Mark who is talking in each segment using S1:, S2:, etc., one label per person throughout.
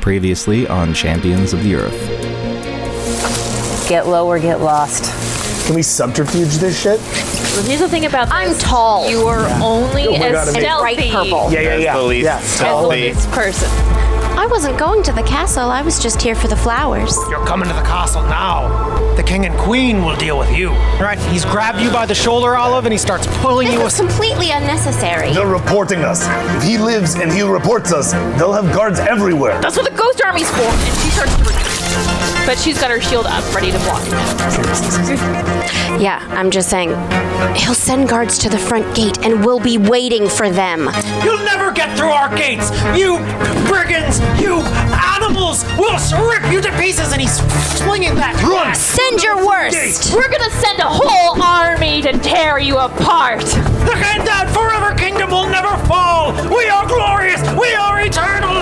S1: Previously on Champions of the Earth.
S2: Get low or get lost.
S3: Can we subterfuge this shit?
S4: Here's the thing about this.
S2: I'm tall.
S4: You are only
S3: Oh my God,
S4: as
S3: I'm-
S4: stealthy
S2: Bright purple.
S3: Yeah, yeah,
S5: As
S3: yeah.
S5: the least
S3: yeah.
S4: as
S5: stealthy.
S4: this person.
S6: I wasn't going to the castle, I was just here for the flowers.
S7: You're coming to the castle now. The king and queen will deal with you. All right, he's grabbed you by the shoulder, Olive, and he starts pulling
S6: This
S7: you
S6: was
S7: aside.
S6: completely unnecessary.
S3: They're reporting us. If he lives and he reports us, they'll have guards everywhere.
S4: That's what the ghost army's for. And she starts to retreat. But she's got her shield up, ready to block.
S6: Yeah, I'm just saying. He'll send guards to the front gate and we'll be waiting for them.
S7: You'll never get through our gates! You brigands! You animals! We'll rip you to pieces! And he's flinging that. Run!
S6: Send your worst!
S4: We're gonna send a whole army to tear you apart.
S7: Look at that forever kingdom will never fall! We are glorious! We are eternal!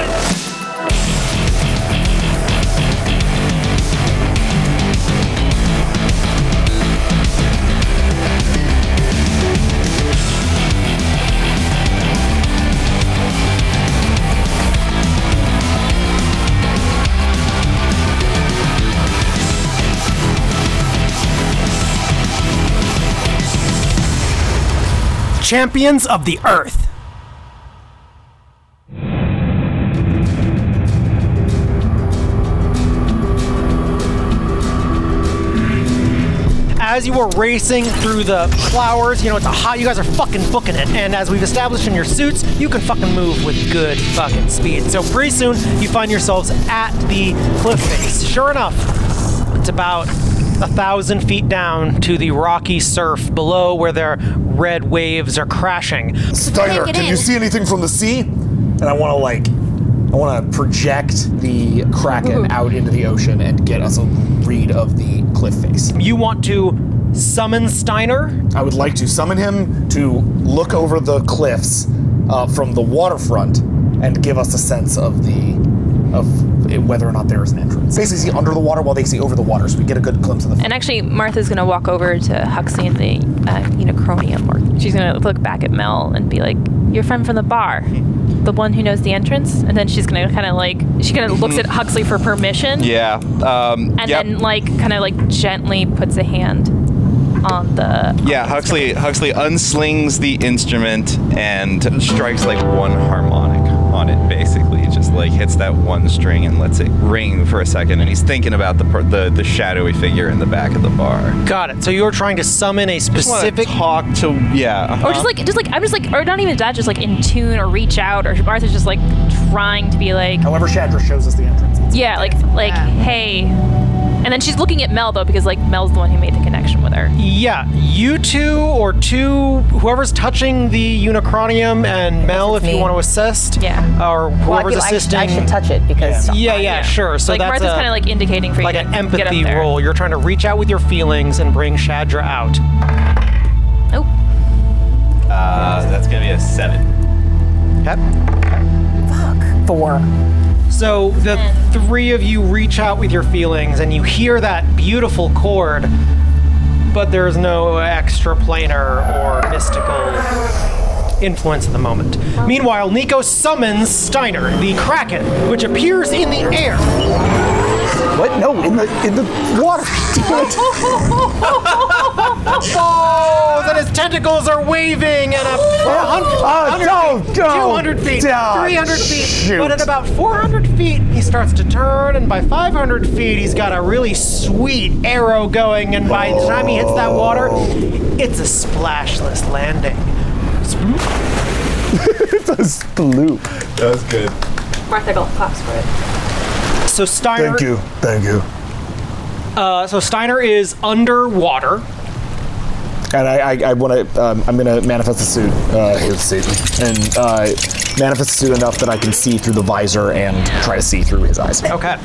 S7: Champions of the Earth. As you were racing through the flowers, you know, it's a hot, you guys are fucking booking it. And as we've established in your suits, you can fucking move with good fucking speed. So pretty soon, you find yourselves at the cliff face. Sure enough, it's about a thousand feet down to the rocky surf below where their red waves are crashing.
S3: Steiner,
S6: Take it
S3: can you
S6: in.
S3: see anything from the sea? And I want to like, I want to project the kraken
S6: Mm-hmm.
S3: out into the ocean and get us a read of the cliff face.
S7: You want to summon Steiner?
S3: I would like to summon him to look over the cliffs uh, from the waterfront and give us a sense of the of it, whether or not there is an entrance. Basically, see under the water while they see over the water, so we get a good glimpse of the.
S4: And actually, Martha's gonna walk over to Huxley in the uh, Unicronium. Or she's gonna look back at Mel and be like, "Your friend from the bar, the one who knows the entrance." And then she's gonna kind of like she kind
S7: Mm-hmm.
S4: of looks at Huxley for permission,
S5: Yeah. Um,
S4: and
S5: yep.
S4: then like kind of like gently puts a hand on the
S5: yeah, Huxley Huxley unslings the instrument and strikes like one harmonic on it. Basically, He just like hits that one string and lets it ring for a second. And he's thinking about the per- the, the shadowy figure in the back of the bar.
S7: Got it. So you're trying to summon a specific.
S5: talk to yeah. uh-huh.
S4: or just like just like I'm just like or not even that, just like in tune or reach out or Martha's just like trying to be like
S3: However, Shadra shows us the entrance.
S4: yeah like like hey, and then she's looking at Mel though because like Mel's the one who made the connection with her.
S7: Yeah, you two or two, whoever's touching the Unicronium and Mel, if you
S8: me.
S7: want to assist.
S4: Yeah.
S7: Or
S8: Well, I,
S7: whoever's
S8: feel- I should-
S7: assisting.
S8: I should touch it because
S7: yeah, yeah, sure. So
S4: like
S7: that's
S4: Martha's
S7: a-
S4: kind of like indicating for
S7: like
S4: you to
S7: an
S4: get up
S7: empathy
S4: there.
S7: role. You're trying to reach out with your feelings and bring Shadra out.
S4: Oh,
S5: Uh, that's gonna be a seven.
S7: Okay.
S8: four.
S7: So the three of you reach out with your feelings and you hear that beautiful chord, but there's no extra planar or mystical influence at the moment. Meanwhile, Nico summons Steiner, the Kraken, which appears in the air.
S3: What? No, in the in the water.
S7: Oh, that his tentacles are waving and a a hun-
S3: Oh,
S7: 100
S3: don't
S7: feet,
S3: go
S7: 200 feet,
S3: down.
S7: 300 feet.
S3: Shoot.
S7: But at about 400 feet, he starts to turn, and by 500 feet, he's got a really sweet arrow going, and by the time he hits that water, it's a splashless landing. Sploop.
S3: Blue.
S5: That's good.
S4: Martha Gold pops for it.
S7: So Steiner,
S3: Thank you. Thank you.
S7: uh, so Steiner is underwater.
S3: And I, I, I want to. Um, I'm gonna manifest the suit. Uh, here's Satan, and uh, manifest the suit enough that I can see through the visor and try to see through his eyes.
S7: Okay.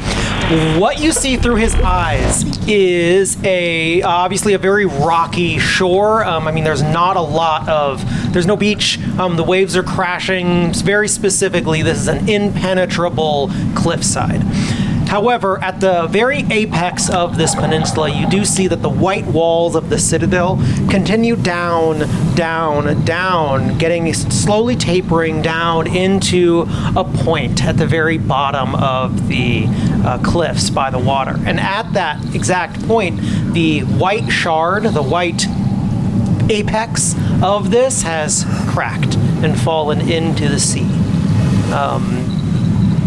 S7: What you see through his eyes is a obviously a very rocky shore. Um, I mean, there's not a lot of there's no beach. Um, the waves are crashing. Very specifically, this is an impenetrable cliffside. However, at the very apex of this peninsula, you do see that the white walls of the citadel continue down, down, down, getting slowly tapering down into a point at the very bottom of the uh, cliffs by the water. And at that exact point, the white shard, the white apex of this has cracked and fallen into the sea. Um,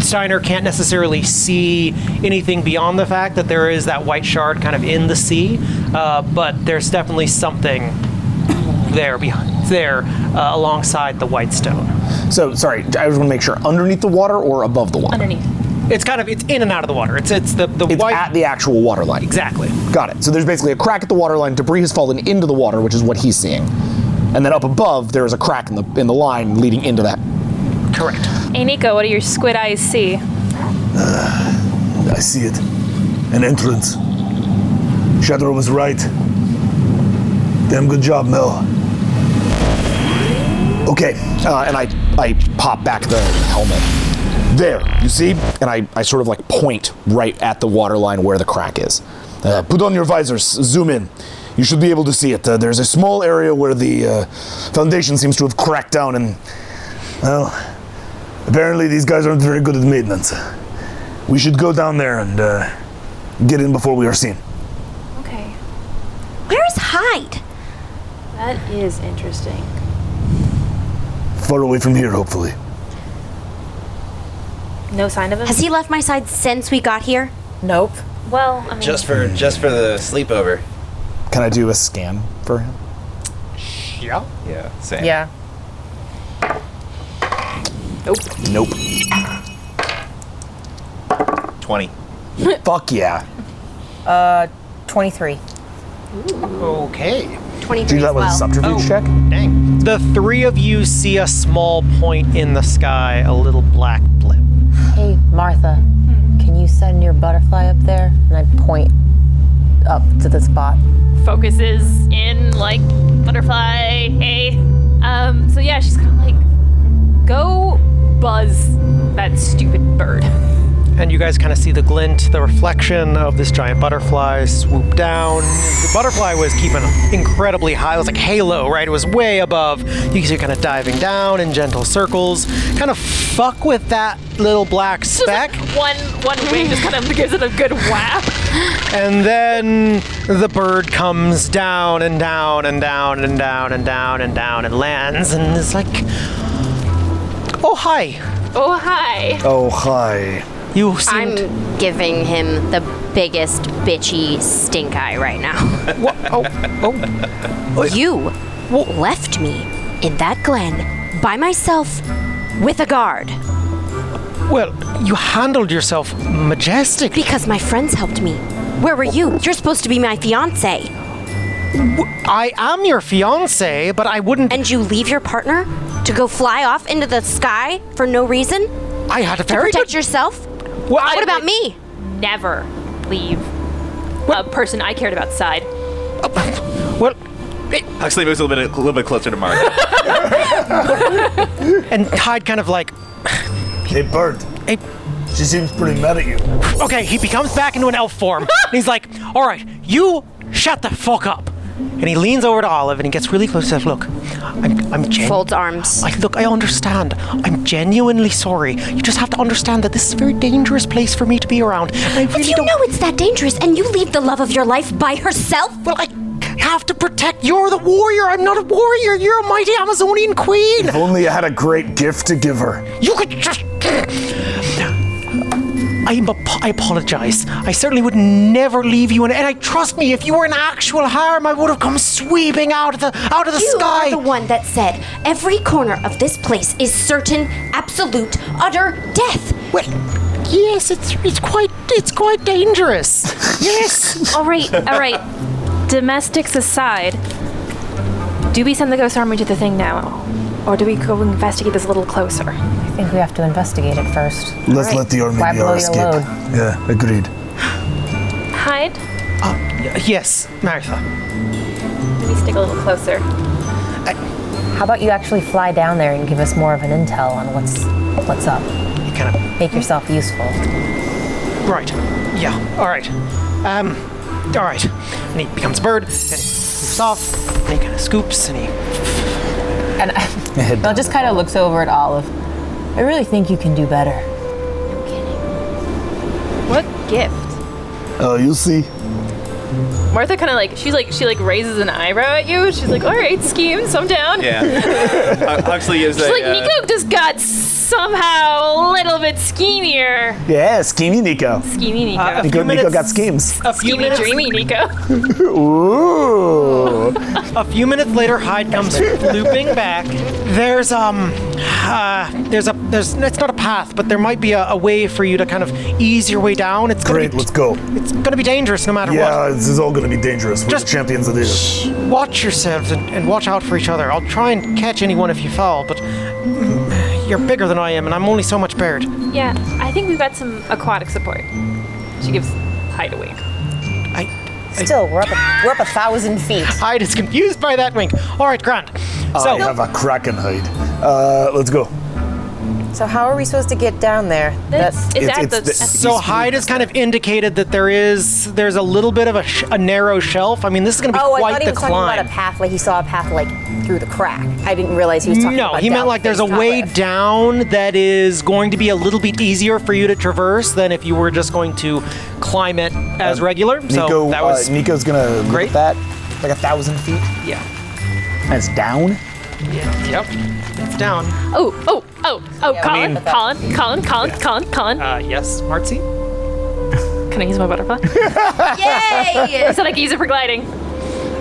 S7: Steiner can't necessarily see anything beyond the fact that there is that white shard kind of in the sea, uh, but there's definitely something there behind there uh, alongside the white stone.
S3: So sorry, I just want to make sure underneath the water or above the water.
S4: underneath.
S7: It's kind of it's in and out of the water. It's it's the the
S3: It's
S7: white
S3: at the actual water line.
S7: exactly.
S3: Got it. So there's basically a crack at the water line. Debris has fallen into the water, which is what he's seeing. And then up above, there is a crack in the in the line leading into that.
S7: Correct.
S4: Hey Nico, what do your squid eyes see?
S9: I see it. An entrance. Shadow was right. Damn good job, Mel.
S3: Okay. Uh, and I I pop back the helmet. There, you see? And I, I sort of like point right at the water line where the crack is.
S9: Uh, put on your visors, zoom in. You should be able to see it. Uh, there's a small area where the uh, foundation seems to have cracked down, and, well, apparently these guys aren't very good at maintenance. We should go down there and uh, get in before we are seen.
S4: Okay,
S6: Where's Hyde?
S4: that is interesting.
S9: Far away from here, hopefully.
S4: No sign of him.
S6: Has he left my side since we got here?
S8: Nope.
S4: Well, I mean,
S10: Just for just for the sleepover.
S3: Can I do a scan for him?
S5: Yeah, same.
S8: Yeah.
S3: Nope.
S5: 20.
S3: Fuck yeah.
S8: Uh, 23.
S7: Okay.
S6: 23 as
S3: That was a
S6: well.
S3: subterfuge
S7: Oh.
S3: check.
S7: Dang. The three of you see a small point in the sky, a little black blip.
S8: Hey, Martha, can you send your butterfly up there? And I point up to the spot.
S4: focuses in like butterfly. Hey, um, so yeah, she's kind of like, go buzz that stupid bird.
S7: and you guys kind of see the glint, the reflection of this giant butterfly swoop down. The butterfly was keeping incredibly high. It was like halo, right? It was way above. You guys are kind of diving down in gentle circles. Kind of fuck with that little black
S4: Just
S7: speck,
S4: like, one one wing just kind of gives it a good whap.
S7: and then the bird comes down and down and down and down and down and down and lands, and it's like, oh hi,
S4: Oh hi.
S9: Oh, hi.
S7: you seemed.
S6: I'm giving him the biggest bitchy stink eye right now.
S7: Wha- oh, oh.
S6: you left me in that glen by myself with a guard
S7: Well, you handled yourself majestically.
S6: because my friends helped me. Where were you? You're supposed to be my fiance.
S7: I am your fiance, but I wouldn't.
S6: And you leave your partner to go fly off into the sky for no reason?
S7: I had a
S6: To
S7: very
S6: protect
S7: good.
S6: yourself?
S7: Well, I-
S6: What about me?
S4: Never leave a person I cared about side.
S7: Well,
S5: Huxley moves a little bit a little bit closer to Mark.
S7: and Hyde kind of like,
S9: Hey, Bird.
S7: Hey.
S9: She seems pretty mad at you.
S7: okay, he becomes back into an elf form. and he's like, all right, you shut the fuck up. And he leans over to Olive and he gets really close and says, look, I'm, I'm gen-
S6: Folds arms.
S7: I, look, I understand. I'm genuinely sorry. You just have to understand that this is a very dangerous place for me to be around. And I really
S6: If you
S7: don't
S6: know it's that dangerous and you leave the love of your life by herself?
S7: Well, I have to protect. You're the warrior. I'm not a warrior. You're a mighty Amazonian queen.
S9: If only I had a great gift to give her.
S7: You could just. I'm ap- I apologize. I certainly would never leave you, and, and I trust me. If you were in actual harm, I would have come sweeping out of the out of the
S6: You
S7: sky.
S6: are the one that said every corner of this place is certain, absolute, utter death.
S7: well, yes, it's it's quite it's quite dangerous. yes.
S4: All right, all right. Domestics aside, do we send the ghost army to the thing now, or do we go investigate this a little closer?
S8: I think we have to investigate it first.
S9: Let's
S4: Right.
S9: let the army
S8: Why
S9: be
S8: blow
S9: our
S8: your
S9: escape.
S8: load?
S9: Yeah, agreed.
S4: Hide.
S7: Uh, Yes, Martha.
S4: Let me stick a little closer.
S8: How about you actually fly down there and give us more of an intel on what's what's up?
S7: You kind of
S8: Make yourself useful.
S7: Right. Yeah. All right. Um. All right. And he becomes a bird, and he moves off, and he kind of scoops, and he
S2: And I, Bill just kind of looks over at Olive. I really think you can do better.
S4: What gift?
S9: Uh, you'll see.
S4: Martha kind of like she's like she like raises an eyebrow at you. She's like, all right, schemes, I'm down.
S5: Yeah. Hu- Huxley is
S4: She's
S5: a,
S4: like,
S5: uh,
S4: Nico just got somehow a little bit schemier.
S3: Yeah, schemey Nico.
S4: Schemy Nico.
S7: Uh,
S3: Nico, Nico
S7: minutes-
S3: got schemes.
S7: a few
S4: Schemy
S7: minutes.
S4: dreamy Nico.
S3: Ooh.
S7: A few minutes later, Hyde comes looping back. There's um, uh, there's a there's it's not a path, but there might be a, a way for you to kind of ease your way down. It's gonna
S9: Great,
S7: Be,
S9: let's go.
S7: It's gonna be dangerous no matter
S9: Yeah, this is all gonna be dangerous. We're
S7: Just-
S9: the champions of this.
S7: what. Watch yourselves and, and watch out for each other. I'll try and catch anyone if you fall, but mm, you're bigger than I am, and I'm only so much bird.
S4: Yeah, I think we've got some aquatic support. She gives Hyde a wink.
S7: I,
S8: Still, we're up, a, we're up a thousand feet.
S7: Hyde is confused by that wink. All right, Grant.
S9: I have a kraken hide. Uh, let's go.
S8: So how are we supposed to get down there?
S4: That's, it's,
S9: it's-
S4: at the,
S9: it's the-
S4: at the-
S7: So Hyde has kind of indicated that there is there's a little bit of a, sh- a narrow shelf. I mean, this is going to be
S8: oh, I
S7: quite
S8: thought he
S7: the
S8: was
S7: climb.
S8: talking about a path. Like he saw a path like through the crack. I didn't realize he was talking
S7: no,
S8: about.
S7: he meant
S8: down
S7: like there's a
S8: face, not
S7: way
S8: left.
S7: down that is going to be a little bit easier for you to traverse than if you were just going to climb it as regular. so
S3: Nico,
S7: that was
S3: uh, Nico's gonna look
S7: great.
S3: at that. Like a thousand feet.
S7: yeah,
S3: And it's down.
S7: yeah, yep. It's down.
S4: oh, oh, oh, oh, Colin,
S8: mean-
S4: Colin, Colin, Colin, Colin, Colin.
S7: Uh, yes, Marcy.
S4: Can I use my butterfly?
S6: Yay!
S4: I said I could use it for gliding.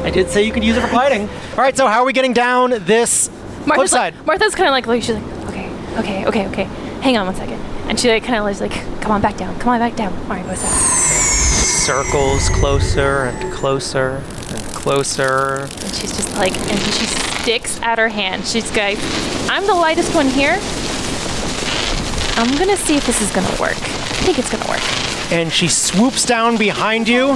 S7: I did say you could use it for gliding. All right, so how are we getting down this
S4: Martha's
S7: cliffside?
S4: like, Martha's kind of like, like, she's like, okay, okay, okay, okay. Hang on one second. And she like kind of like, come on back down, come on back down. All right, what's that?
S7: Circles closer and closer and closer.
S4: And she's just like, and she sticks out her hand. She's like, I'm the lightest one here. I'm gonna see if this is gonna work. I think it's gonna work.
S7: and she swoops down behind you,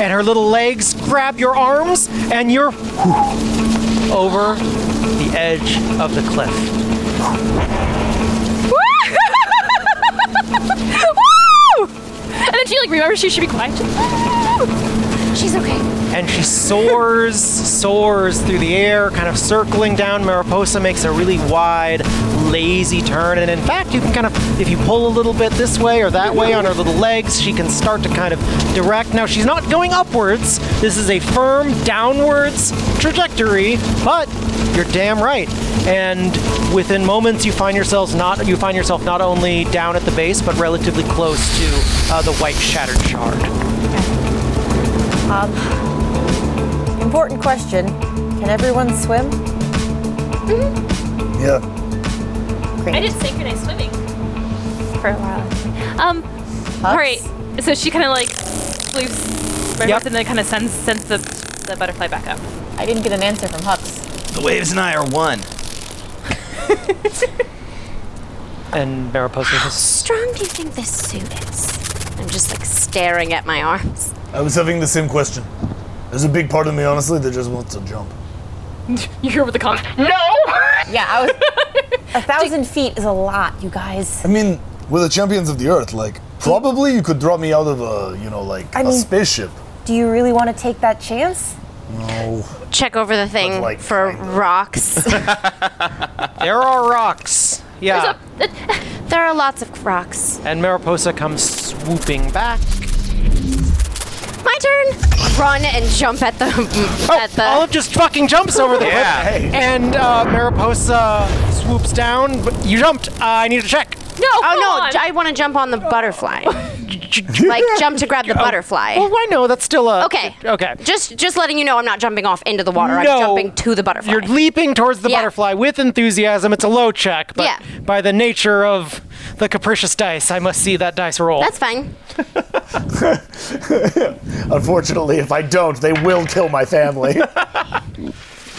S7: and her little legs grab your arms, and you're whew, over the edge of the cliff.
S4: Woo! And then she like remembers she should be quiet. She's like, "Woo!"
S6: She's okay.
S7: And she soars, soars through the air, kind of circling down. Mariposa makes a really wide, lazy turn, and in fact, you can kind of, if you pull a little bit this way or that way on her little legs, she can start to kind of direct. Now, she's not going upwards. This is a firm downwards trajectory, but you're damn right. And within moments, you find yourselves not you find yourself not only down at the base, but relatively close to uh, the white shattered shard.
S8: Um, Important question. Can everyone swim?
S9: Yeah.
S4: Mm-hmm. I did synchronized swimming for a while. Um, all right. So she kind of like loops right
S7: Yep.
S4: up and then kind of sends sends the, the butterfly back up.
S8: I didn't get an answer from Hux.
S10: The waves and I are one.
S7: And Mariposa just
S6: Strong do you think this suit is? I'm just like staring at my arms.
S9: I was having the same question. There's a big part of me, honestly, that just wants to jump.
S4: You hear what the comment?
S8: Yeah, I was. a thousand feet is a lot, you guys.
S9: I mean, we're the champions of the earth. Like, probably you could drop me out of a, you know, like a
S8: I mean-
S9: spaceship.
S8: Do you really want to take that chance?
S9: No.
S6: Check over the thing
S9: like,
S6: for
S9: kind of.
S6: rocks.
S7: there are rocks. Yeah.
S6: there are lots of rocks.
S7: And Mariposa comes swooping back.
S6: My turn. Run and jump at the at the.
S7: Olive Oh, just fucking jumps over the
S5: Yeah.
S7: cliff. And uh, Mariposa swoops down. But you jumped. Uh, I need a check.
S4: No.
S6: Oh
S4: come
S6: no!
S4: on.
S6: I want to jump on the butterfly. like jump to grab the butterfly.
S7: Oh. Well, I know that's still a
S6: Okay.
S7: Okay.
S6: Just just letting you know, I'm not jumping off into the water.
S7: No.
S6: I'm jumping to the butterfly.
S7: You're leaping towards the
S6: Yeah.
S7: butterfly with enthusiasm. It's a low check, but
S6: Yeah.
S7: by the nature of the capricious dice, I must see that dice roll.
S6: That's fine.
S3: Unfortunately, if I don't, they will kill my family.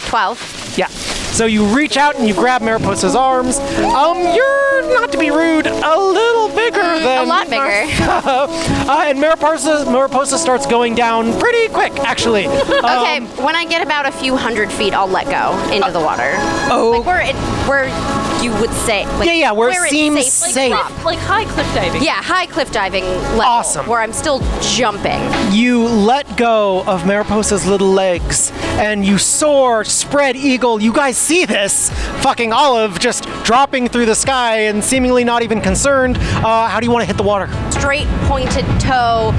S6: Twelve.
S7: Yeah. So you reach out and you grab Mariposa's arms. Um, you're not to be rude, a little bigger than
S6: Mm, A lot bigger.
S7: Uh, and Mariposa Mariposa starts going down pretty quick, actually.
S6: Okay.
S7: Um,
S6: when I get about a few hundred feet, I'll let go into the water.
S7: Oh.
S6: Like we're it, we're you would say. Like,
S7: Yeah, yeah, where it
S6: it's
S7: seems
S6: safely
S7: safe.
S6: dropped.
S4: Like high cliff diving.
S6: Yeah, high cliff diving level.
S7: Awesome.
S6: Where I'm still jumping.
S7: You let go of Mariposa's little legs and you soar, spread eagle. You guys see this fucking olive just dropping through the sky and seemingly not even concerned. Uh, how do you want to hit the water?
S6: Straight pointed toe,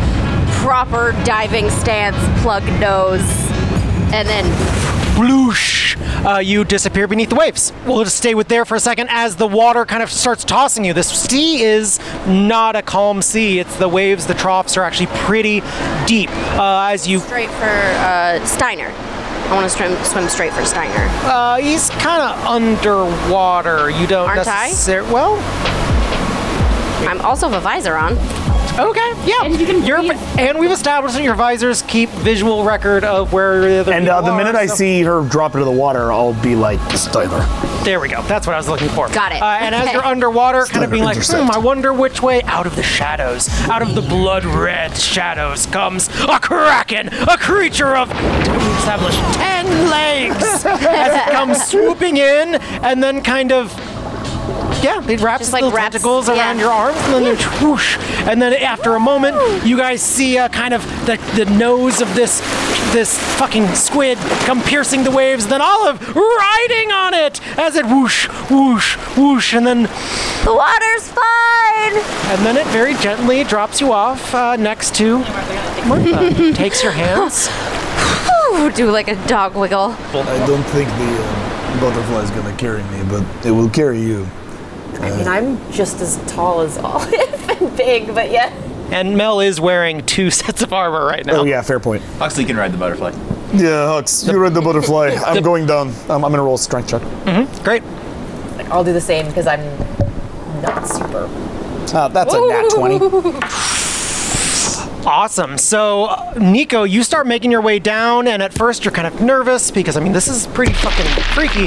S6: proper diving stance, plug nose, and then
S7: Bloosh! Uh, you disappear beneath the waves. We'll just stay with there for a second as the water kind of starts tossing you. This sea is not a calm sea. It's the waves, the troughs are actually pretty deep. Uh, as you
S6: straight for uh, Steiner. I want to swim, swim straight for Steiner.
S7: Uh, he's kind of underwater. You don't
S6: Aren't I?
S7: necessarily. Well,
S6: I'm also have a visor on.
S7: okay, yeah. And you can. You're, and we've established that your visors keep visual record of where the other
S3: And
S7: people
S3: uh, the
S7: are,
S3: minute I
S7: so-
S3: see her drop into the water, I'll be like, Styler.
S7: There we go. That's what I was looking for.
S6: Got it.
S7: Uh, and as
S6: Okay.
S7: you're underwater, kind of
S3: Standard
S7: being like,
S3: intercept.
S7: hmm, I wonder which way. Out of the shadows, out of the blood red shadows, comes a kraken, a creature of we established ten legs, as it comes swooping in, and then kind of. Yeah, it
S6: Just
S7: wraps its
S6: like
S7: little
S6: wraps-
S7: tentacles around
S6: yeah.
S7: your arms, and then it whoosh. And then after a moment, you guys see uh, kind of the, the nose of this this fucking squid come piercing the waves. Then Olive riding on it as it whoosh, whoosh, whoosh, and then
S6: The water's fine.
S7: and then it very gently drops you off uh, next to Martha. Takes your hands.
S6: Ooh, do like a dog wiggle.
S9: I don't think the uh, butterfly's gonna carry me, but it will carry you. Uh,
S2: I mean, I'm just as tall as Olive and big, but yeah.
S7: And Mel is wearing two sets of armor right now.
S3: Oh, yeah, fair point.
S10: Huxley can ride the butterfly.
S9: Yeah, Hux, you read the butterfly. I'm going down.
S3: Um, I'm going to roll a strength check.
S7: Mm-hmm, Great.
S2: I'll do the same because I'm not super.
S3: Uh, that's a nat 20.
S7: Awesome. So, uh, Nico, you start making your way down, and at first you're kind of nervous because, I mean, this is pretty fucking freaky.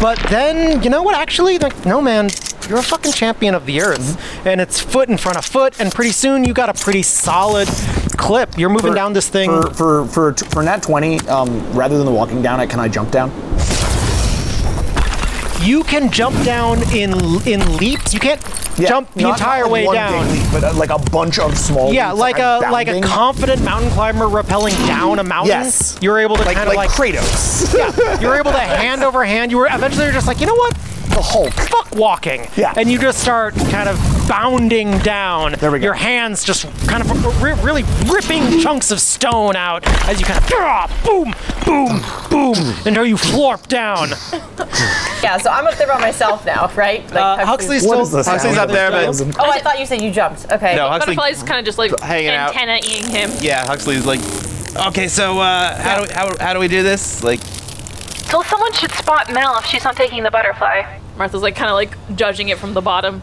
S7: But then, you know what? Actually, like, no, man, you're a fucking champion of the earth. And it's foot in front of foot, and pretty soon you got a pretty solid clip. You're moving down this thing.
S3: For, for, for, for nat 20, um, rather than the walking down it, can I jump down?
S7: you can jump down in in leaps. You can't
S3: Yeah,
S7: jump the
S3: not-
S7: entire
S3: not
S7: way
S3: one
S7: down.
S3: big leap, but uh, like a bunch of small
S7: Yeah,
S3: leaps,
S7: like a
S3: I'm
S7: like a
S3: bounding.
S7: confident mountain climber rappelling down a mountain.
S3: Yes.
S7: you're able to
S3: like,
S7: kind of
S3: like,
S7: like,
S3: Kratos.
S7: yeah, you're able to hand over hand. You were eventually you're just like, you know what?
S3: the Hulk.
S7: Fuck walking.
S3: Yeah.
S7: And you just start kind of bounding down.
S3: There we go.
S7: Your hands just kind of r- r- really ripping chunks of stone out as you kind of ah, boom, boom, boom until you flop down.
S2: Yeah, so I'm up there by myself now, right? Like,
S7: Uh, Huxley's
S2: Huxley's-
S7: still.
S3: What is this?
S5: Huxley's
S3: sound?
S5: up there, but-
S3: Thousand-
S2: Oh, I thought you said you jumped. Okay.
S5: No, Huxley.
S4: Butterfly's kind of just like
S5: Hanging out.
S4: antenna eating him.
S5: Yeah, Huxley's like, okay, so uh, how, do we, how, how do we do this? Like,
S11: So someone should spot Mel if she's not taking the butterfly.
S4: Martha's like kind of like judging it from the bottom.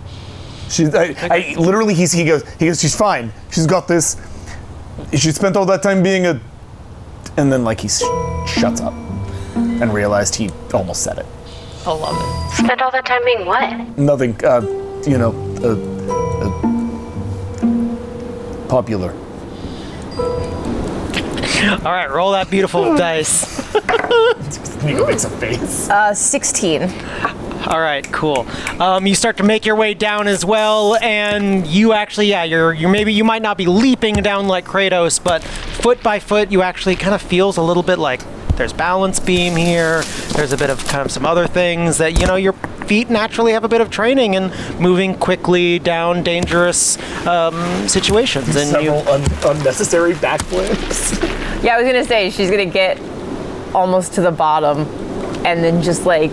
S9: She's, I,
S3: uh, I literally, he's, he goes, he goes, she's fine. She's got this.
S9: she spent all that time being a.
S3: And then, like, he sh- shuts up and realized he almost said it.
S4: I love it.
S6: Spent all that time being what?
S3: Nothing, uh, you know, uh, uh, popular.
S7: All right, roll that beautiful dice.
S3: Nico makes a face.
S2: Uh, 16.
S7: All right, cool. Um, you start to make your way down as well, and you actually, yeah, you're, you're maybe you might not be leaping down like Kratos, but foot by foot, you actually kind of feels a little bit like there's balance beam here. There's a bit of kind of some other things that you know your feet naturally have a bit of training in moving quickly down dangerous um, situations, and you
S3: Several un- unnecessary backflips.
S2: Yeah, I was gonna say she's gonna get almost to the bottom and then just like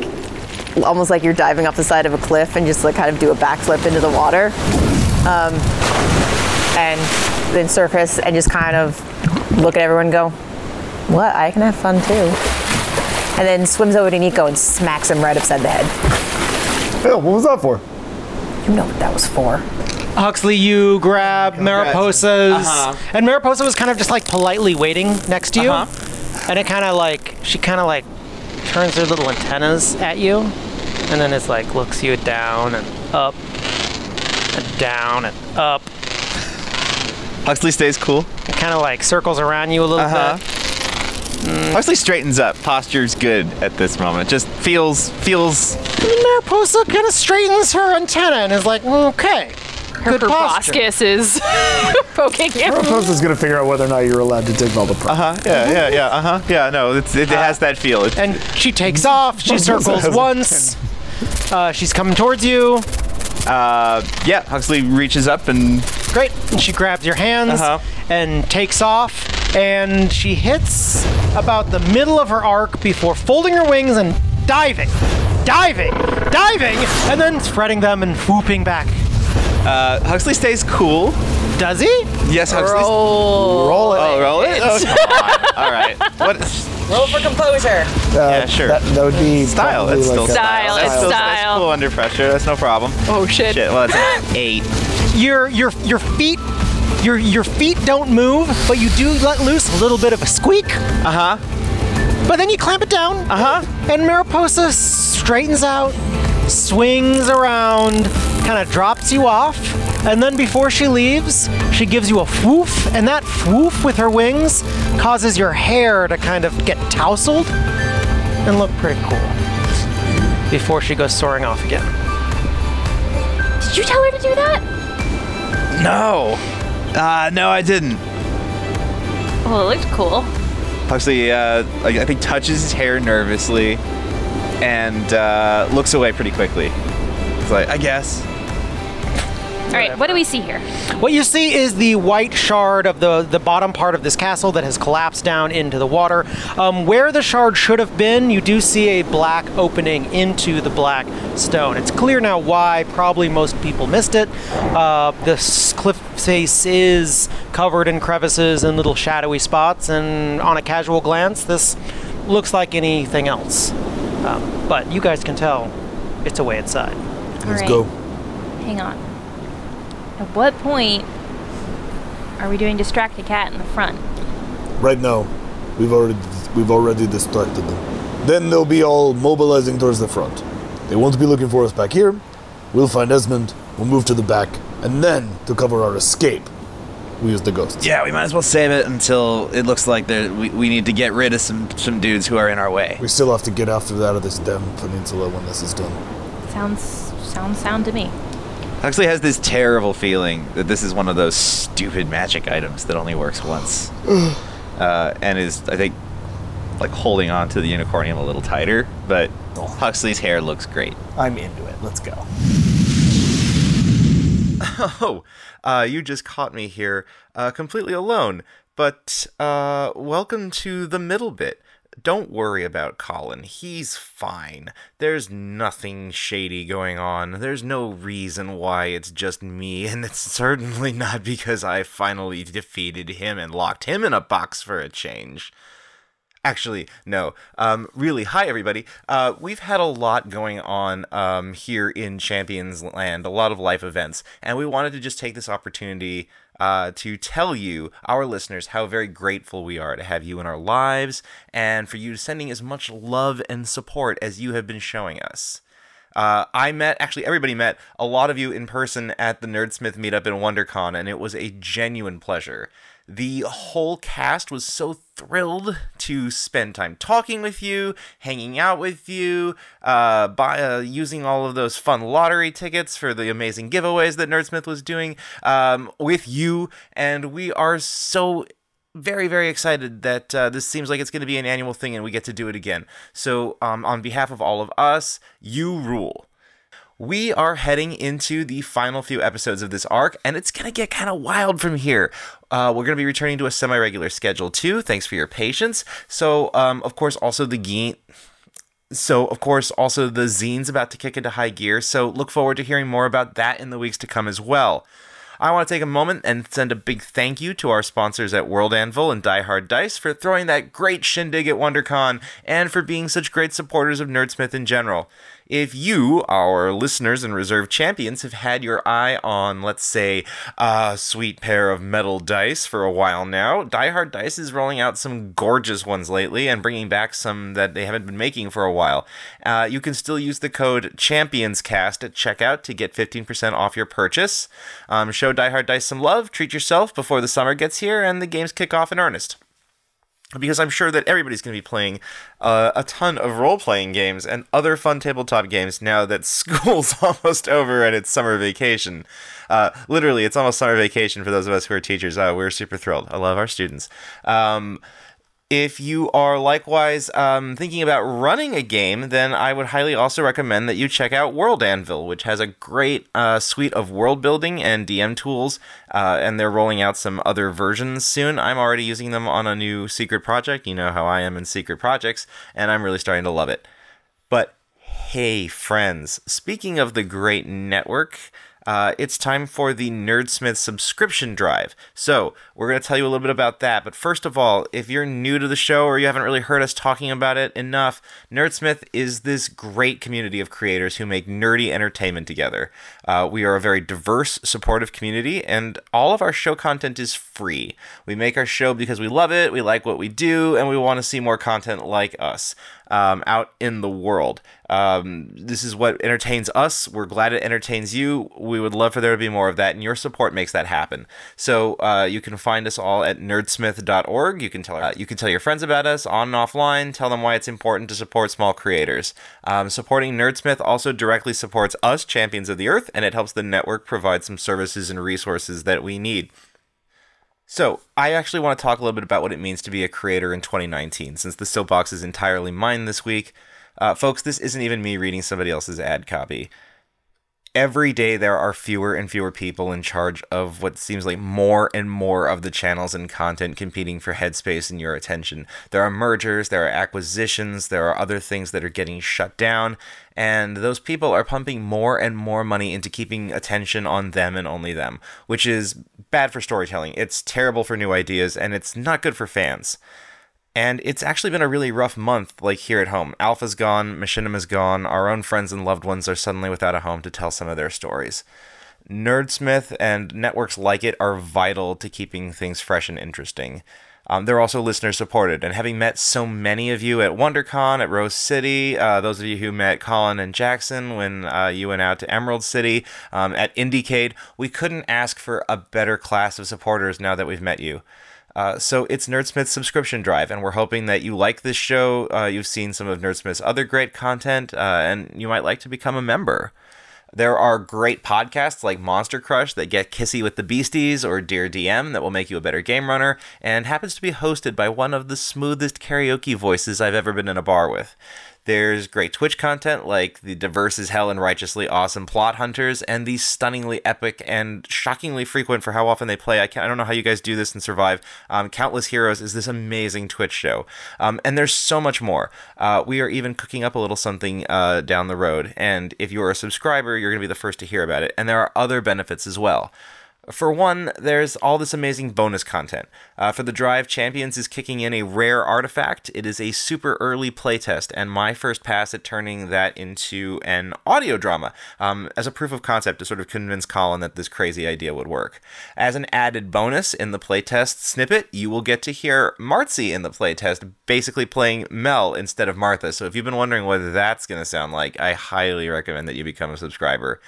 S2: almost like you're diving off the side of a cliff and just like kind of do a backflip into the water. Um, and then surface and just kind of look at everyone and go, What? I can have fun too. And then swims over to Nico and smacks him right upside the head.
S3: Phil, what was that for?
S2: You know what that was for.
S7: Huxley, you grab Mariposa's,
S5: Uh-huh.
S7: and Mariposa was kind of just like politely waiting next to you, and it kind of like she kind of like turns her little antennas at you, and then it's like looks you down and up and down and up,
S5: Huxley stays cool.
S7: and kind of like circles around you a little
S5: Uh-huh.
S7: bit.
S12: Huxley Hmm. straightens up. Posture's good at this moment. Just feels feels
S7: Mariposa kind of straightens her antenna and is like, okay.
S4: Her
S7: good posture.
S4: proboscis is poking him.
S3: Mariposa's gonna figure out whether or not you're allowed to take all the Uh
S7: Uh-huh,
S12: huh. Yeah. Yeah. Yeah. Uh huh. Yeah. No. It's, it has that feel. It's,
S7: And she takes off. She
S12: Mariposa
S7: circles
S12: has a
S7: once. Uh, she's coming towards you.
S12: uh, yeah. Huxley reaches up and
S7: Great. And she grabs your hands
S12: Uh-huh.
S7: and takes off. And she hits about the middle of her arc before folding her wings and diving, diving, diving, and then spreading them and whooping back.
S12: uh, Huxley stays cool.
S7: Does he?
S12: Yes. Huxley.
S13: Roll.
S3: Roll it.
S12: Oh, roll it. Oh, come on. All right. What?
S13: Roll for composure.
S12: yeah. Sure.
S3: Uh, That, that would be
S12: style.
S3: probably
S12: That's
S3: like
S12: still
S3: a-
S4: Style,
S12: That's
S4: it's
S12: still
S4: style.
S12: That's cool under pressure. That's no problem.
S4: Oh shit.
S12: Shit. Well, that's an eight.
S7: your your your feet your your feet don't move, but you do let loose a little bit of a squeak.
S12: Uh huh.
S7: But then you clamp it down.
S12: Uh huh.
S7: And Mariposa straightens out, swings around, kind of drops you off, and then before she leaves, she gives you a woof, and that woof with her wings causes your hair to kind of get tousled and look pretty cool. Before she goes soaring off again.
S6: Did you tell her to do that?
S12: No. Uh, no, I didn't.
S4: Well, it looked cool.
S12: Huxley, uh, like, I think, touches his hair nervously and uh, looks away pretty quickly. It's like, I guess.
S4: All right, what do we see here?
S7: What you see is the white shard of the, the bottom part of this castle that has collapsed down into the water. Um, where the shard should have been, you do see a black opening into the black stone. It's clear now why probably most people missed it. Uh, this cliff face is covered in crevices and little shadowy spots, and on a casual glance, this looks like anything else. Um, but you guys can tell it's a way inside.
S4: Let's
S9: go.
S4: Hang on. At what point are we doing distract the cat in the front?
S9: Right now, we've already we've already distracted them. Then they'll be all mobilizing towards the front. They won't be looking for us back here. We'll find Esmond. We'll move to the back, and then to cover our escape, we use the ghosts.
S10: Yeah, we might as well save it until it looks like there, we, we need to get rid of some, some dudes who are in our way.
S9: We still have to get after that of this damn peninsula when this is done.
S4: Sounds sounds sound to me.
S12: Huxley has this terrible feeling that this is one of those stupid magic items that only works once. uh, and is, I think, like holding on to the unicornium a little tighter, but Huxley's hair looks great.
S3: I'm into it. Let's go.
S12: Oh, uh, you just caught me here uh, completely alone. But uh, welcome to the middle bit. Don't worry about Colin. He's fine. There's nothing shady going on. There's no reason why it's just me, and it's certainly not because I finally defeated him and locked him in a box for a change. Actually, no. Um, really, hi everybody. Uh, we've had a lot going on um, here in Champions Land, a lot of life events, and we wanted to just take this opportunity uh, to tell you, our listeners, how very grateful we are to have you in our lives and for you sending as much love and support as you have been showing us. Uh, I met, actually, everybody met a lot of you in person at the Nerdsmith meetup in WonderCon, and it was a genuine pleasure. The whole cast was so thrilled to spend time talking with you, hanging out with you, uh, by, uh, using all of those fun lottery tickets for the amazing giveaways that Nerdsmith was doing um, with you, and we are so very very excited that uh, this seems like it's going to be an annual thing and we get to do it again so um, on behalf of all of us you rule we are heading into the final few episodes of this arc, and it's going to get kind of wild from here. Uh, we're going to be returning to a semi regular schedule, too. Thanks for your patience. So, um, of course, also the Gein. So, of course, also the zine's about to kick into high gear, so look forward to hearing more about that in the weeks to come as well. I want to take a moment and send a big thank you to our sponsors at World Anvil and Die Hard Dice for throwing that great shindig at WonderCon and for being such great supporters of Nerdsmith in general. If you, our listeners and reserve champions, have had your eye on, let's say, a sweet pair of metal dice for a while now, Die Hard Dice is rolling out some gorgeous ones lately and bringing back some that they haven't been making for a while. Uh, you can still use the code ChampionsCast at checkout to get 15% off your purchase. Um, show Die Hard Dice some love, treat yourself before the summer gets here and the games kick off in earnest. because I'm sure that everybody's going to be playing uh, a ton of role playing games and other fun tabletop games now that school's almost over and it's summer vacation. Uh, literally, it's almost summer vacation for those of us who are teachers. Uh, we're super thrilled. I love our students. Um, if you are likewise um, thinking about running a game, then I would highly also recommend that you check out World Anvil, which has a great uh, suite of world building and DM tools, uh, and they're rolling out some other versions soon. I'm already using them on a new secret project. You know how I am in secret projects, and I'm really starting to love it. But hey, friends, speaking of the great network, uh, it's time for the Nerdsmith subscription drive. So, we're going to tell you a little bit about that. But first of all, if you're new to the show or you haven't really heard us talking about it enough, Nerdsmith is this great community of creators who make nerdy entertainment together. Uh, we are a very diverse, supportive community, and all of our show content is free. We make our show because we love it, we like what we do, and we want to see more content like us um, out in the world. Um, this is what entertains us. We're glad it entertains you. We would love for there to be more of that, and your support makes that happen. So uh, you can find us all at nerdsmith.org. You can tell uh, you can tell your friends about us on and offline. Tell them why it's important to support small creators. Um, supporting Nerdsmith also directly supports us, Champions of the Earth, and it helps the network provide some services and resources that we need. So, I actually want to talk a little bit about what it means to be a creator in 2019, since the soapbox is entirely mine this week. Uh, folks, this isn't even me reading somebody else's ad copy. Every day, there are fewer and fewer people in charge of what seems like more and more of the channels and content competing for headspace and your attention. There are mergers, there are acquisitions, there are other things that are getting shut down, and those people are pumping more and more money into keeping attention on them and only them, which is bad for storytelling. It's terrible for new ideas, and it's not good for fans. And it's actually been a really rough month, like here at home. Alpha's gone, Machinima's gone, our own friends and loved ones are suddenly without a home to tell some of their stories. Nerdsmith and networks like it are vital to keeping things fresh and interesting. Um, they're also listener supported, and having met so many of you at WonderCon, at Rose City, uh, those of you who met Colin and Jackson when uh, you went out to Emerald City, um, at Indiecade, we couldn't ask for a better class of supporters now that we've met you. Uh, so it's Nerdsmith's subscription drive, and we're hoping that you like this show. Uh, you've seen some of Nerdsmith's other great content, uh, and you might like to become a member. There are great podcasts like Monster Crush that get kissy with the beasties, or Dear DM that will make you a better game runner, and happens to be hosted by one of the smoothest karaoke voices I've ever been in a bar with. There's great Twitch content like the diverse as hell and righteously awesome plot hunters, and the stunningly epic and shockingly frequent for how often they play. I, can't, I don't know how you guys do this and survive. Um, Countless Heroes is this amazing Twitch show, um, and there's so much more. Uh, we are even cooking up a little something uh, down the road, and if you are a subscriber, you're going to be the first to hear about it. And there are other benefits as well. For one, there's all this amazing bonus content. Uh, for the Drive, Champions is kicking in a rare artifact. It is a super early playtest, and my first pass at turning that into an audio drama um, as a proof of concept to sort of convince Colin that this crazy idea would work. As an added bonus in the playtest snippet, you will get to hear Martzi in the playtest basically playing Mel instead of Martha. So if you've been wondering what that's going to sound like, I highly recommend that you become a subscriber.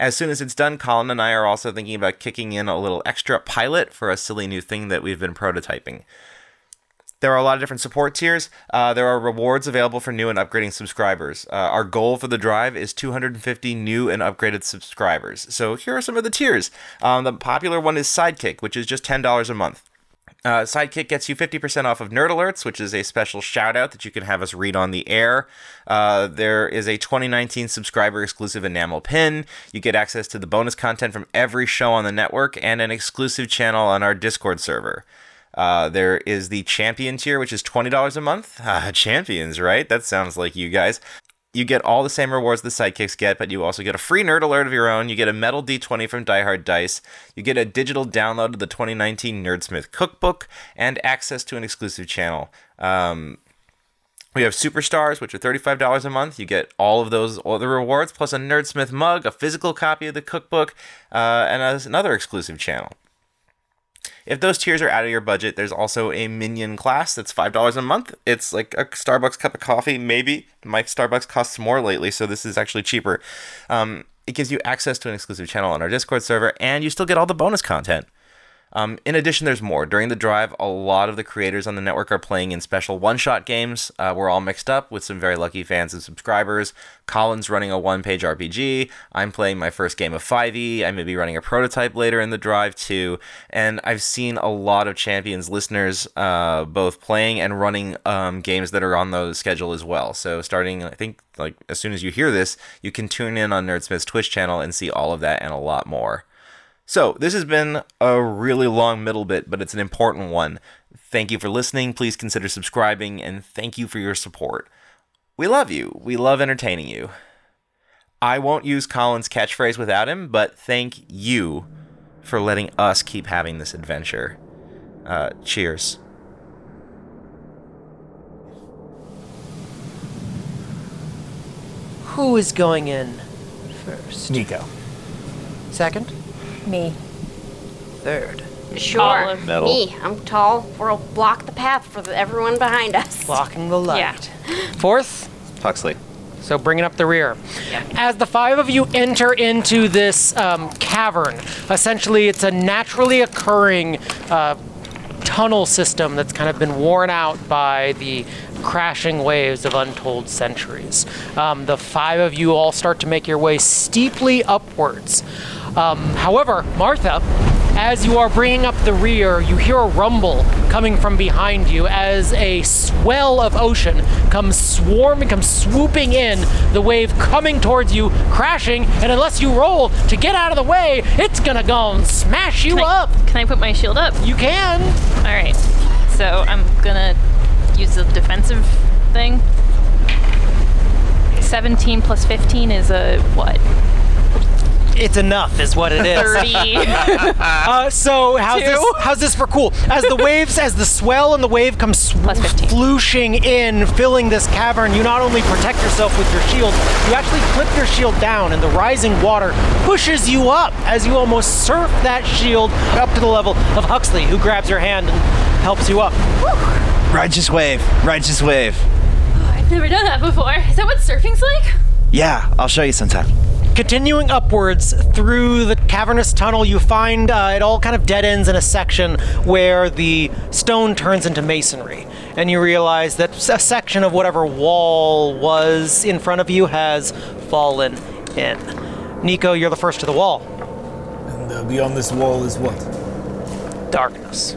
S12: As soon as it's done, Colin and I are also thinking about kicking in a little extra pilot for a silly new thing that we've been prototyping. There are a lot of different support tiers. Uh, there are rewards available for new and upgrading subscribers. Uh, our goal for the drive is 250 new and upgraded subscribers. So here are some of the tiers. Um, the popular one is Sidekick, which is just $10 a month. Uh, Sidekick gets you 50% off of Nerd Alerts, which is a special shout out that you can have us read on the air. Uh, there is a 2019 subscriber exclusive enamel pin. You get access to the bonus content from every show on the network and an exclusive channel on our Discord server. Uh, there is the champion tier, which is $20 a month. Ah, champions, right? That sounds like you guys. You get all the same rewards the sidekicks get, but you also get a free nerd alert of your own. You get a metal D20 from Die Hard Dice. You get a digital download of the 2019 Nerdsmith Cookbook and access to an exclusive channel. Um, we have Superstars, which are $35 a month. You get all of those other rewards, plus a Nerdsmith mug, a physical copy of the cookbook, uh, and a, another exclusive channel. If those tiers are out of your budget, there's also a minion class that's five dollars a month. It's like a Starbucks cup of coffee, maybe. My Starbucks costs more lately, so this is actually cheaper. Um, it gives you access to an exclusive channel on our Discord server, and you still get all the bonus content. Um, in addition, there's more. During the drive, a lot of the creators on the network are playing in special one shot games. Uh, we're all mixed up with some very lucky fans and subscribers. Colin's running a one page RPG. I'm playing my first game of 5e. I may be running a prototype later in the drive, too. And I've seen a lot of Champions listeners uh, both playing and running um, games that are on the schedule as well. So, starting, I think, like as soon as you hear this, you can tune in on Nerdsmith's Twitch channel and see all of that and a lot more. So, this has been a really long middle bit, but it's an important one. Thank you for listening. Please consider subscribing, and thank you for your support. We love you. We love entertaining you. I won't use Colin's catchphrase without him, but thank you for letting us keep having this adventure. Uh, cheers.
S7: Who is going in first? Nico. Second?
S2: Me.
S7: Third.
S6: Sure. Me. I'm tall. We'll block the path for the, everyone behind us.
S7: Blocking the light. Fourth?
S10: Huxley.
S7: So bringing up the rear. As the five of you enter into this um, cavern, essentially it's a naturally occurring uh, tunnel system that's kind of been worn out by the crashing waves of untold centuries. Um, the five of you all start to make your way steeply upwards. Um, however, Martha, as you are bringing up the rear, you hear a rumble coming from behind you as a swell of ocean comes swarming, comes swooping in, the wave coming towards you, crashing, and unless you roll to get out of the way, it's gonna go and smash you up.
S4: can I put my shield up?
S7: You can.
S4: All right. So I'm gonna use the defensive thing. 17 plus 15 is a what?
S7: It's enough, is what it is.
S4: Thirty.
S7: uh, so how's
S4: Two.
S7: this? How's this for cool? As the waves, as the swell and the wave comes sw- flooshing in, filling this cavern, you not only protect yourself with your shield, you actually clip your shield down, and the rising water pushes you up as you almost surf that shield up to the level of Huxley, who grabs your hand and helps you up.
S10: Righteous wave. Righteous wave.
S4: I've never done that before. Is that what surfing's like?
S10: Yeah, I'll show you sometime.
S7: Continuing upwards through the cavernous tunnel, you find uh, it all kind of dead ends in a section where the stone turns into masonry. And you realize that s- a section of whatever wall was in front of you has fallen in. Nico, you're the first to the wall.
S9: And uh, beyond this wall is what?
S7: Darkness.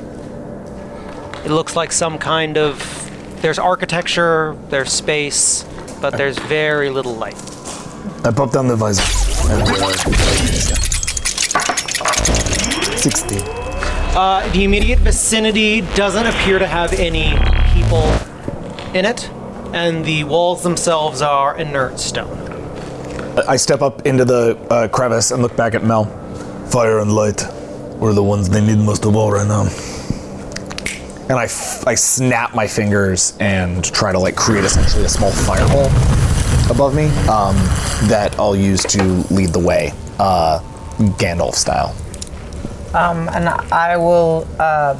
S7: It looks like some kind of. There's architecture, there's space, but there's very little light.
S9: I pop down the visor. And, uh, 60.
S7: Uh, the immediate vicinity doesn't appear to have any people in it, and the walls themselves are inert stone.
S9: I- I step up into the uh, crevice and look back at Mel. Fire and light were the ones they need most of all right now.
S3: And I, f- I snap my fingers and try to like create essentially a small fireball above me um, that I'll use to lead the way, uh, Gandalf style.
S8: Um, and I will uh,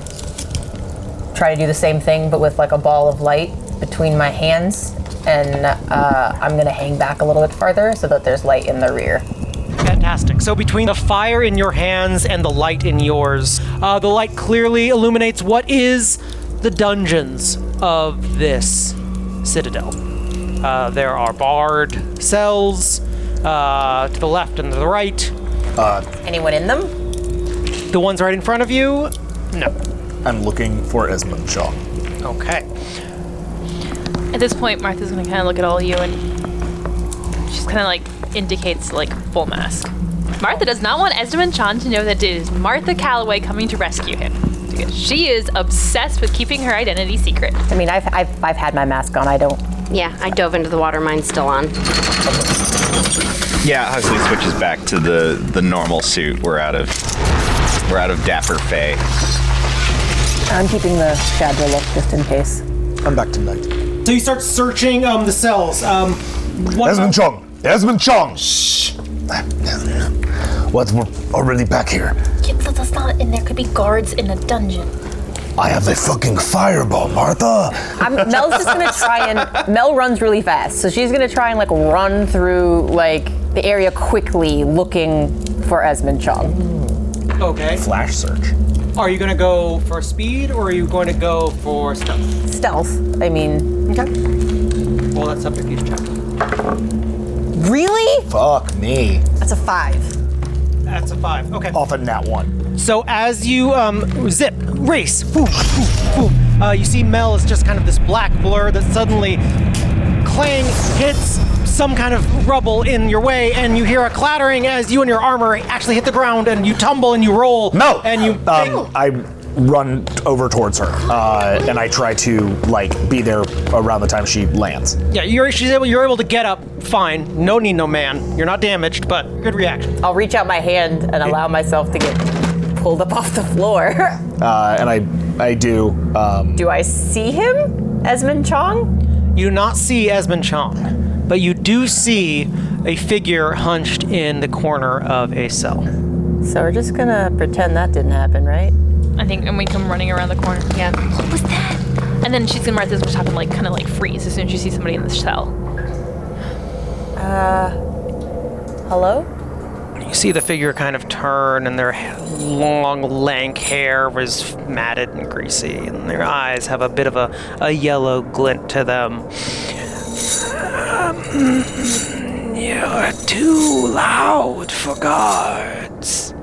S8: try to do the same thing, but with like a ball of light between my hands, and uh, I'm gonna hang back a little bit farther so that there's light in the rear.
S7: Fantastic. So between the fire in your hands and the light in yours, uh, the light clearly illuminates what is the dungeons of this citadel. Uh, there are barred cells uh, to the left and to the right.
S9: Uh,
S8: Anyone in them?
S7: the ones right in front of you, no.
S9: I'm looking for Esmond Shaw.
S7: Okay.
S4: At this point, Martha's gonna kind of look at all of you and she's kind of like indicates like full mask. Martha does not want Esmond Chan to know that it is Martha Calloway coming to rescue him. Because she is obsessed with keeping her identity secret.
S8: I mean, I've, I've, I've had my mask on. I don't.
S6: Yeah, I dove into the water. Mine's still on.
S5: Yeah, Huxley switches back to the the normal suit. We're out of we're out of Dapper Fay.
S8: I'm keeping the shadow look just in case.
S9: I'm back to night.
S7: So you start searching um, the cells. Um, what
S9: Esmond Chong! Esmond Chong! Shh! What? We're already back here.
S14: Kip, that's not in there. Could be guards in a dungeon.
S9: I have a fucking fireball, Martha!
S2: I'm, Mel's just gonna try and Mel runs really fast, so she's gonna try and like run through like the area quickly, looking for Esmond Chung.
S7: Okay.
S3: Flash search.
S7: Are you gonna go for speed or are you going to go for stealth?
S2: Stealth. I mean. Okay.
S7: Well, that's subterfuge check.
S2: Really?
S3: Fuck me.
S2: That's a five.
S7: That's a five. Okay.
S3: Off a nat one.
S7: So as you um, zip, race, whoop, whoop, whoop, uh, you see Mel is just kind of this black blur that suddenly clang hits some kind of rubble in your way, and you hear a clattering as you and your armor actually hit the ground, and you tumble and you roll.
S2: Oh,
S3: No.
S7: And you.
S3: Um, I run over towards her, uh, and I try to like be there around the time she lands.
S7: Yeah, you're she's able. You're able to get up. Fine. No need, no man. You're not damaged, but good reaction.
S2: I'll reach out my hand and allow myself to get pulled up off the floor.
S3: Uh, and I, I do. Um,
S2: Do I see him, Esmond Chong?
S7: You do not see Esmond Chong, but you do see a figure hunched in the corner of a cell.
S2: So we're just gonna pretend that didn't happen, right?
S4: I think, and we come running around the corner. Yeah. What was that? And then she's gonna write this, which happened, like, kind of like freeze as soon as she sees somebody in the cell.
S2: Uh, hello?
S7: You see the figure kind of turn, and their long, lank hair was matted and greasy, and their eyes have a bit of a, a yellow glint to them. You're too loud for guards.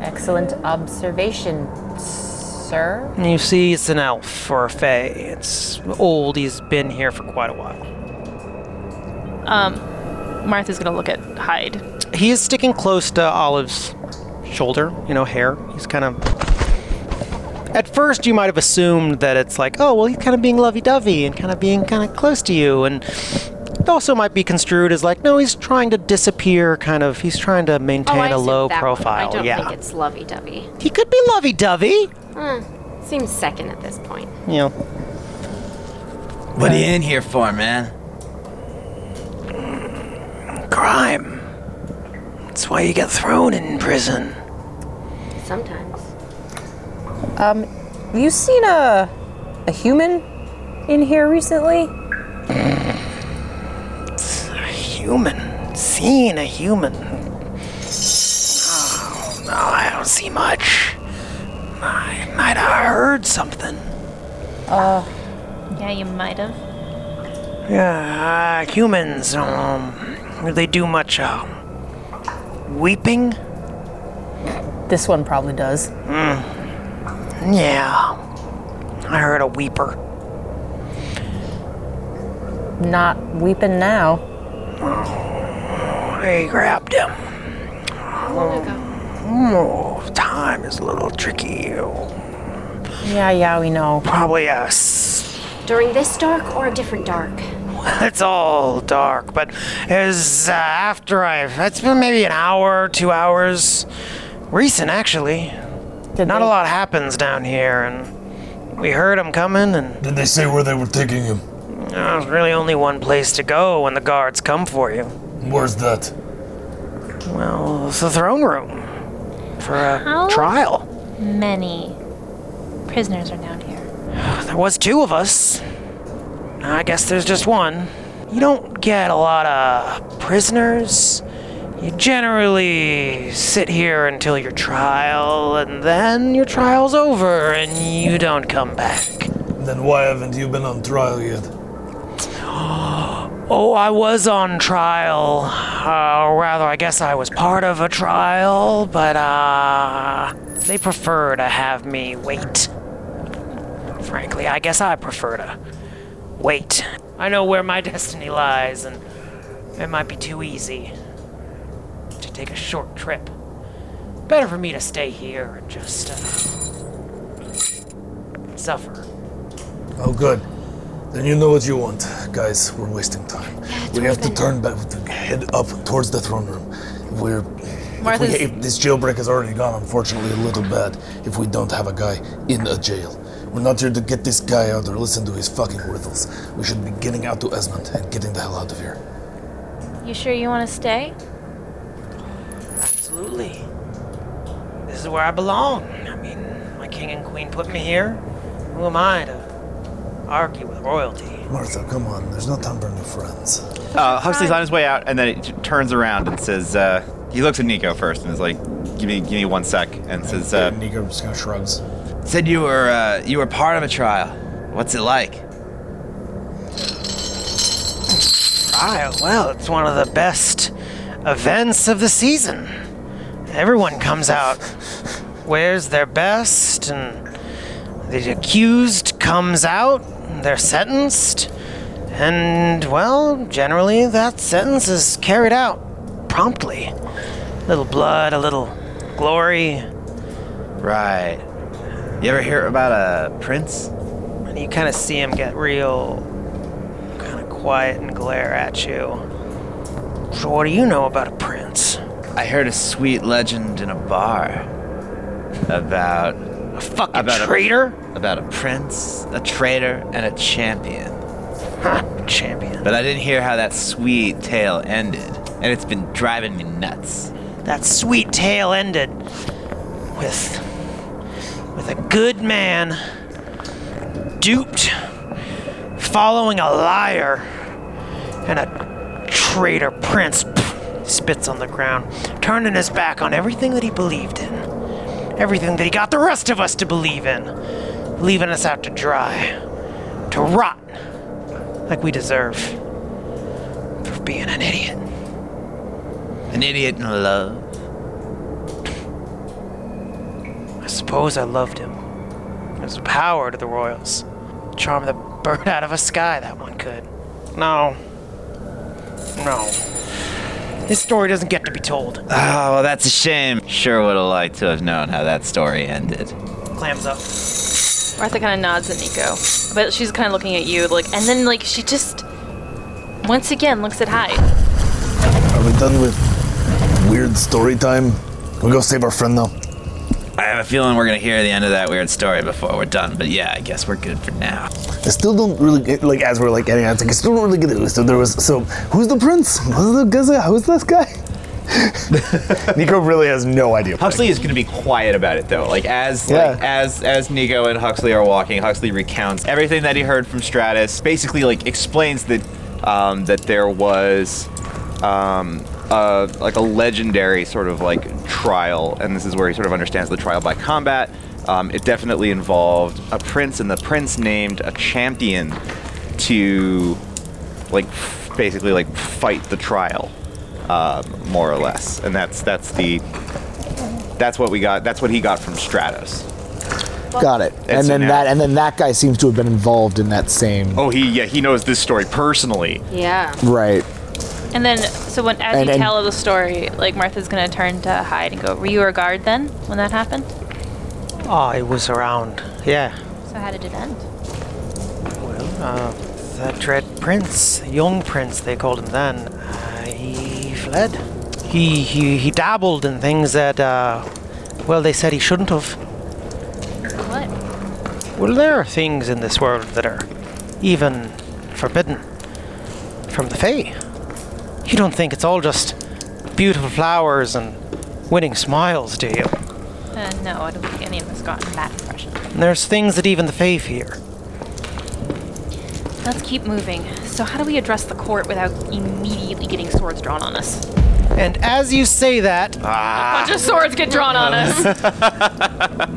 S2: Excellent observation, sir.
S7: And you see it's an elf or a fae. It's old, he's been here for quite a while.
S4: Um, Martha's gonna look at Hyde.
S7: He is sticking close to Olive's shoulder, you know, hair. He's kind of. At first, you might have assumed that it's like, oh, well, he's kind of being lovey dovey and kind of being kind of close to you. And it also might be construed as like, no, he's trying to disappear, kind of. He's trying to
S15: Oh, I
S7: maintain a
S15: assumed
S7: low
S15: that one.
S7: profile.
S15: I don't
S7: yeah.
S15: think it's lovey dovey.
S7: he could be lovey dovey.
S15: Hmm. Seems second at this point.
S7: You know. Uh,
S10: What are you in here for, man?
S7: Crime. That's why you get thrown in prison.
S15: Sometimes.
S2: Um, have you seen a, a human in here recently?
S7: Human. Seen a human. Oh, no, I don't see much. I might have heard something.
S15: Oh.
S4: Uh. Yeah, you might have.
S7: Yeah, uh, humans, um, they do much, uh, weeping?
S2: This one probably does.
S7: Mm. Yeah. I heard a weeper.
S2: Not weeping now.
S7: I grabbed him. Oh, time is a little tricky.
S2: Yeah, yeah, we know.
S7: Probably uh, a s-
S15: During this dark or a different dark?
S7: It's all dark, but it was uh, after I. It's been maybe an hour, two hours. Recent, actually. Not a lot happens down here, and we heard them coming, and
S9: Did they say where they were taking him?
S7: there's really only one place to go when the guards come for you.
S9: Where's that?
S7: Well, it's the throne room for a
S4: How
S7: trial.
S4: Many prisoners are down here.
S7: There was two of us. I guess there's just one. You don't get a lot of prisoners. You generally sit here until your trial, and then your trial's over and you don't come back.
S9: Then why haven't you been on trial yet?
S7: Oh, I was on trial. Uh, or rather, I guess I was part of a trial, but uh, they prefer to have me wait. Frankly, I guess I prefer to wait. I know where my destiny lies, and it might be too easy to take a short trip. Better for me to stay here and just uh, suffer.
S9: Oh, good. Then you know what you want, guys. We're wasting time. we have to turn back, head up towards the throne room. We're. If, we,
S4: Martha's-
S9: if this jailbreak is already gone, unfortunately, a little bad. If we don't have a guy in a jail, we're not here to get this guy out or listen to his fucking riddles. We should be getting out to Esmond and getting the hell out of here.
S4: You sure you wanna stay?
S7: Absolutely. This is where I belong. I mean, my king and queen put me here. Who am I to argue with royalty?
S9: Martha, come on. There's no time for new friends.
S5: Uh, Huxley's on his way out, and then it t- turns around and says, uh, he looks at Nico first and is like,
S12: give me give me one sec, and says, uh,
S16: Nico just kind of shrugs.
S10: Said you were uh, you were part of a trial. What's it like?
S7: Right, well, it's one of the best events of the season. Everyone comes out, wears their best, and the accused comes out, they're sentenced, and, well, generally that sentence is carried out promptly. A little blood, a little glory.
S10: Right. You ever hear about a prince?
S7: And you kind of see him get real kind of quiet and glare at you. So, what do you know about a prince?
S10: I heard a sweet legend in a bar about a
S7: fucking traitor?
S10: about a prince, a traitor, and a champion.
S7: champion.
S10: But I didn't hear how that sweet tale ended, and it's been driving me nuts.
S7: That sweet tale ended with with a good man duped following a liar and a traitor prince spits on the ground turning his back on everything that he believed in everything that he got the rest of us to believe in leaving us out to dry to rot like we deserve for being an idiot
S10: An idiot in love.
S7: I suppose I loved him. There's a power to the Royals. Charm the bird out of a sky, that one could. No. No. This story doesn't get to be told.
S10: Oh, well, that's a shame. Sure would have liked to have known how that story ended.
S7: Clams up.
S4: Martha kind of nods at Nico, but she's kind of looking at you, like, and then like she just once again looks at Hyde.
S9: Are we done with weird story time? Can we go save our friend now?
S10: I have a feeling we're gonna hear the end of that weird story before we're done, but yeah, I guess we're good for now.
S9: I still don't really get, like as we're like getting out. It's like I still don't really get it. So there was so who's the prince? Who's the who's the- Who's this guy? Nico really has no idea.
S12: Huxley is going to be quiet about it though. Like as like as as Nico and Huxley are walking, Huxley recounts everything that he heard from Stratus. Basically, like explains that um, that there was um, uh, like a legendary sort of like trial, and this is where he sort of understands the trial by combat. Um, it definitely involved a prince, and the prince named a champion to like f- basically like fight the trial, um, more or less. And that's that's the that's what we got. That's what he got from Stratos.
S3: Got it.
S12: And
S3: And,
S12: so
S3: then
S12: now-
S3: that and then that guy seems to have been involved in that same
S12: Oh, he yeah he knows this story personally.
S4: Yeah.
S3: right.
S4: And then, so when as
S3: And-
S4: you
S3: and-
S4: tell the story, like Martha's gonna turn to Hyde and go, "Were you a guard then when that happened?
S7: Oh, it was around. Yeah.
S4: So how did it end?"
S7: Uh, that dread prince, young prince, they called him then. Uh, he fled. He, he he dabbled in things that, uh, well, they said he shouldn't have.
S4: What?
S7: Well, there are things in this world that are even forbidden from the Fae. You don't think it's all just beautiful flowers and winning smiles, do you?
S4: Uh, no, I don't think any of us got that impression.
S7: There's things that even the Fae fear.
S4: Let's keep moving. So how do we address the court without immediately getting swords drawn on us?
S7: And as you say that,
S4: A bunch of swords get drawn on us.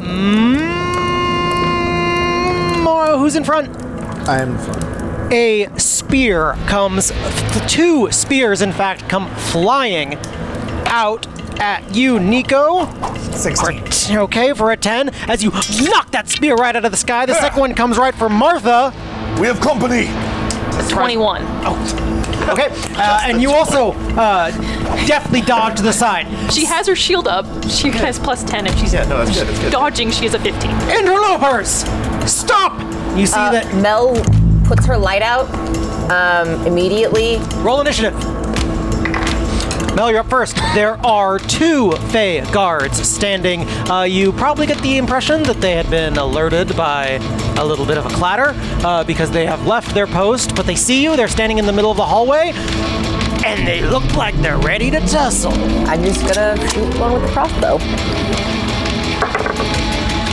S7: Mara, Hmm, who's in front?
S3: I am fun.
S7: A spear comes, f- two spears, in fact, come flying out at you, Nico. 16. okay, for a 10. As you knock that spear right out of the sky, the second one comes right for Martha.
S9: We have company.
S4: A 21.
S7: Oh. Okay, uh, and you also uh, deftly dodge to the side.
S4: She has her shield up. She has plus 10 if she's
S7: that's good, that's good.
S4: dodging. She has a 15.
S7: Interlopers! Stop! You see that?
S2: Uh, Mel puts her light out um, immediately.
S7: Roll initiative. Mel, you're up first. There are two Fey guards standing. Uh, you probably get the impression that they had been alerted by a little bit of a clatter uh, because they have left their post, but they see you. They're standing in the middle of the hallway, and they look like they're ready to tussle.
S2: I'm just gonna shoot one with the crossbow.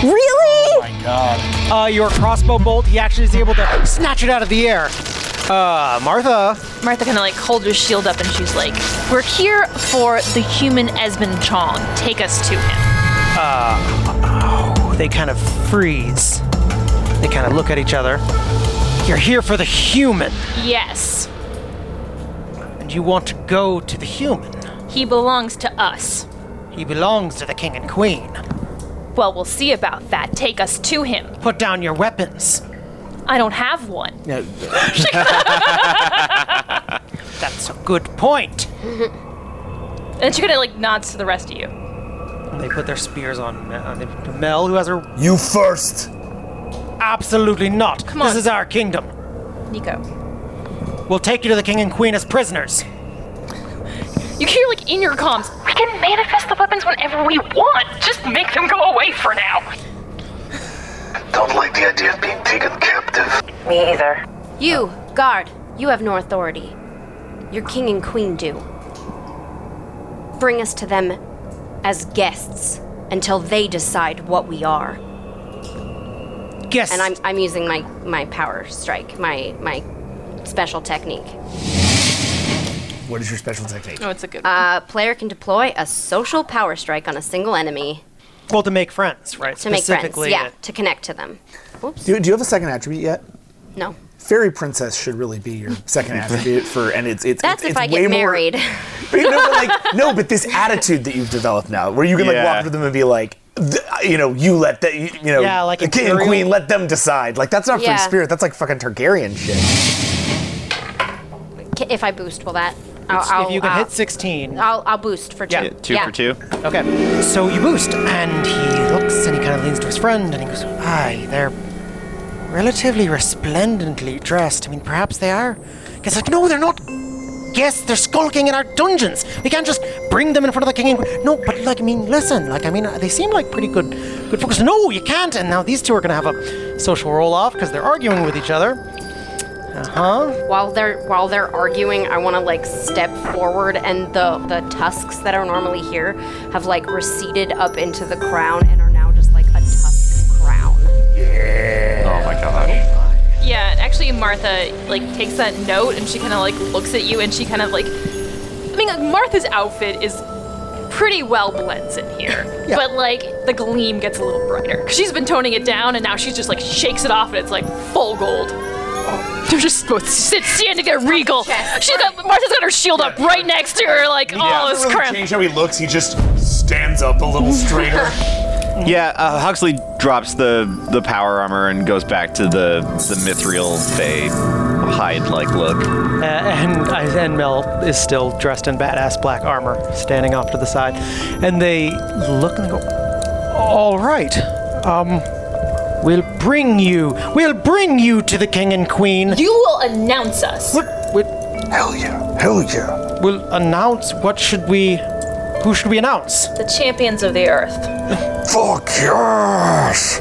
S2: Really?
S7: Uh, your crossbow bolt, he actually is able to snatch it out of the air. Uh, Martha.
S4: Martha kind of like holds her shield up and she's like, We're here for the human Esmond Chong. Take us to him.
S7: Uh, oh, they kind of freeze. They kind of look at each other. You're here for the human,
S4: Yes,
S7: and you want to go to the human.
S4: he belongs to us.
S7: He belongs to the king and queen.
S4: Well, we'll see about that. Take us to him.
S7: Put down your weapons.
S4: I don't have one.
S7: No. That's a good point.
S4: And she kind of like nods to the rest of you.
S7: They put their spears on, Me- on the- Mel, who has her.
S17: You first!
S7: Absolutely not.
S4: Come
S7: This
S4: on.
S7: is our kingdom.
S4: Nico,
S7: We'll take you to the king and queen as prisoners.
S4: you hear like in your comms. We can manifest the weapons whenever we want. Just make them go away for now.
S9: Don't like the idea of being taken captive.
S6: Me either. You, guard, you have no authority. Your king and queen do. Bring us to them as guests until they decide what we are.
S7: Guests.
S6: And I'm, I'm using my, my power strike, my my special technique.
S3: What is your special technique?
S4: Oh, it's a good
S6: Uh, player can deploy a social power strike on a single enemy
S7: Well, to make friends, right?
S6: to make friends.
S7: Specifically,
S6: Yeah, to connect to them. Oops.
S3: Do, do you have a second attribute yet?
S6: No.
S3: Fairy princess should really be your second attribute for, and it's it's
S6: That's
S3: it's,
S6: if I
S3: way
S6: get
S3: more-
S6: married.
S3: But you know, but like no, but this attitude that you've developed now, where you can like walk
S18: Yeah.
S3: up to them and be like, th- you know, you let that, you, you know,
S7: Yeah, like
S3: the king and
S7: imperial.
S3: queen, let them decide. Like that's not free
S6: Yeah.
S3: spirit. That's like fucking Targaryen shit.
S6: K- If I boost, will that?
S7: It's- if you can hit 16.
S6: I'll, I'll boost for two. Yeah.
S7: two. Okay. So you boost, and he looks and he kind of leans to his friend and he goes, Aye, they're relatively resplendently dressed. I mean, perhaps they are. He's like, No, they're not guests. They're skulking in our dungeons. We can't just bring them in front of the king and queen. No, but like, I mean, listen, like, I mean, they seem like pretty good good folks. No, you can't. And now these two are going to have a social roll off because they're arguing with each other. Uh huh.
S6: While they're while they're arguing, I want to like step forward, and the the tusks that are normally here have like receded up into the crown and are now just like a tusk crown.
S18: Oh my god.
S4: Yeah, actually, Martha like takes that note and she kind of like looks at you and she kind of like. I mean, like Martha's outfit is pretty well blends in here, but like the gleam gets a little brighter. 'Cause She's been toning it down and now she's just like shakes it off and it's like full gold. They're just both sit standing there regal. She's got Martha's got her shield up right next to her, like all this
S3: doesn't really
S4: crimp.
S3: change how he looks. He just stands up a little straighter.
S12: Yeah, uh, Huxley drops the the power armor and goes back to the the mithril they hide like look.
S7: Uh, and, and Mel is still dressed in badass black armor, standing off to the side. And they look and they go, All right, um, we'll bring you, we'll bring you to the king and queen.
S4: You will announce us.
S7: Hell yeah, hell yeah. We'll announce what should we, who should we announce?
S4: The champions of the earth.
S7: Fuck yes!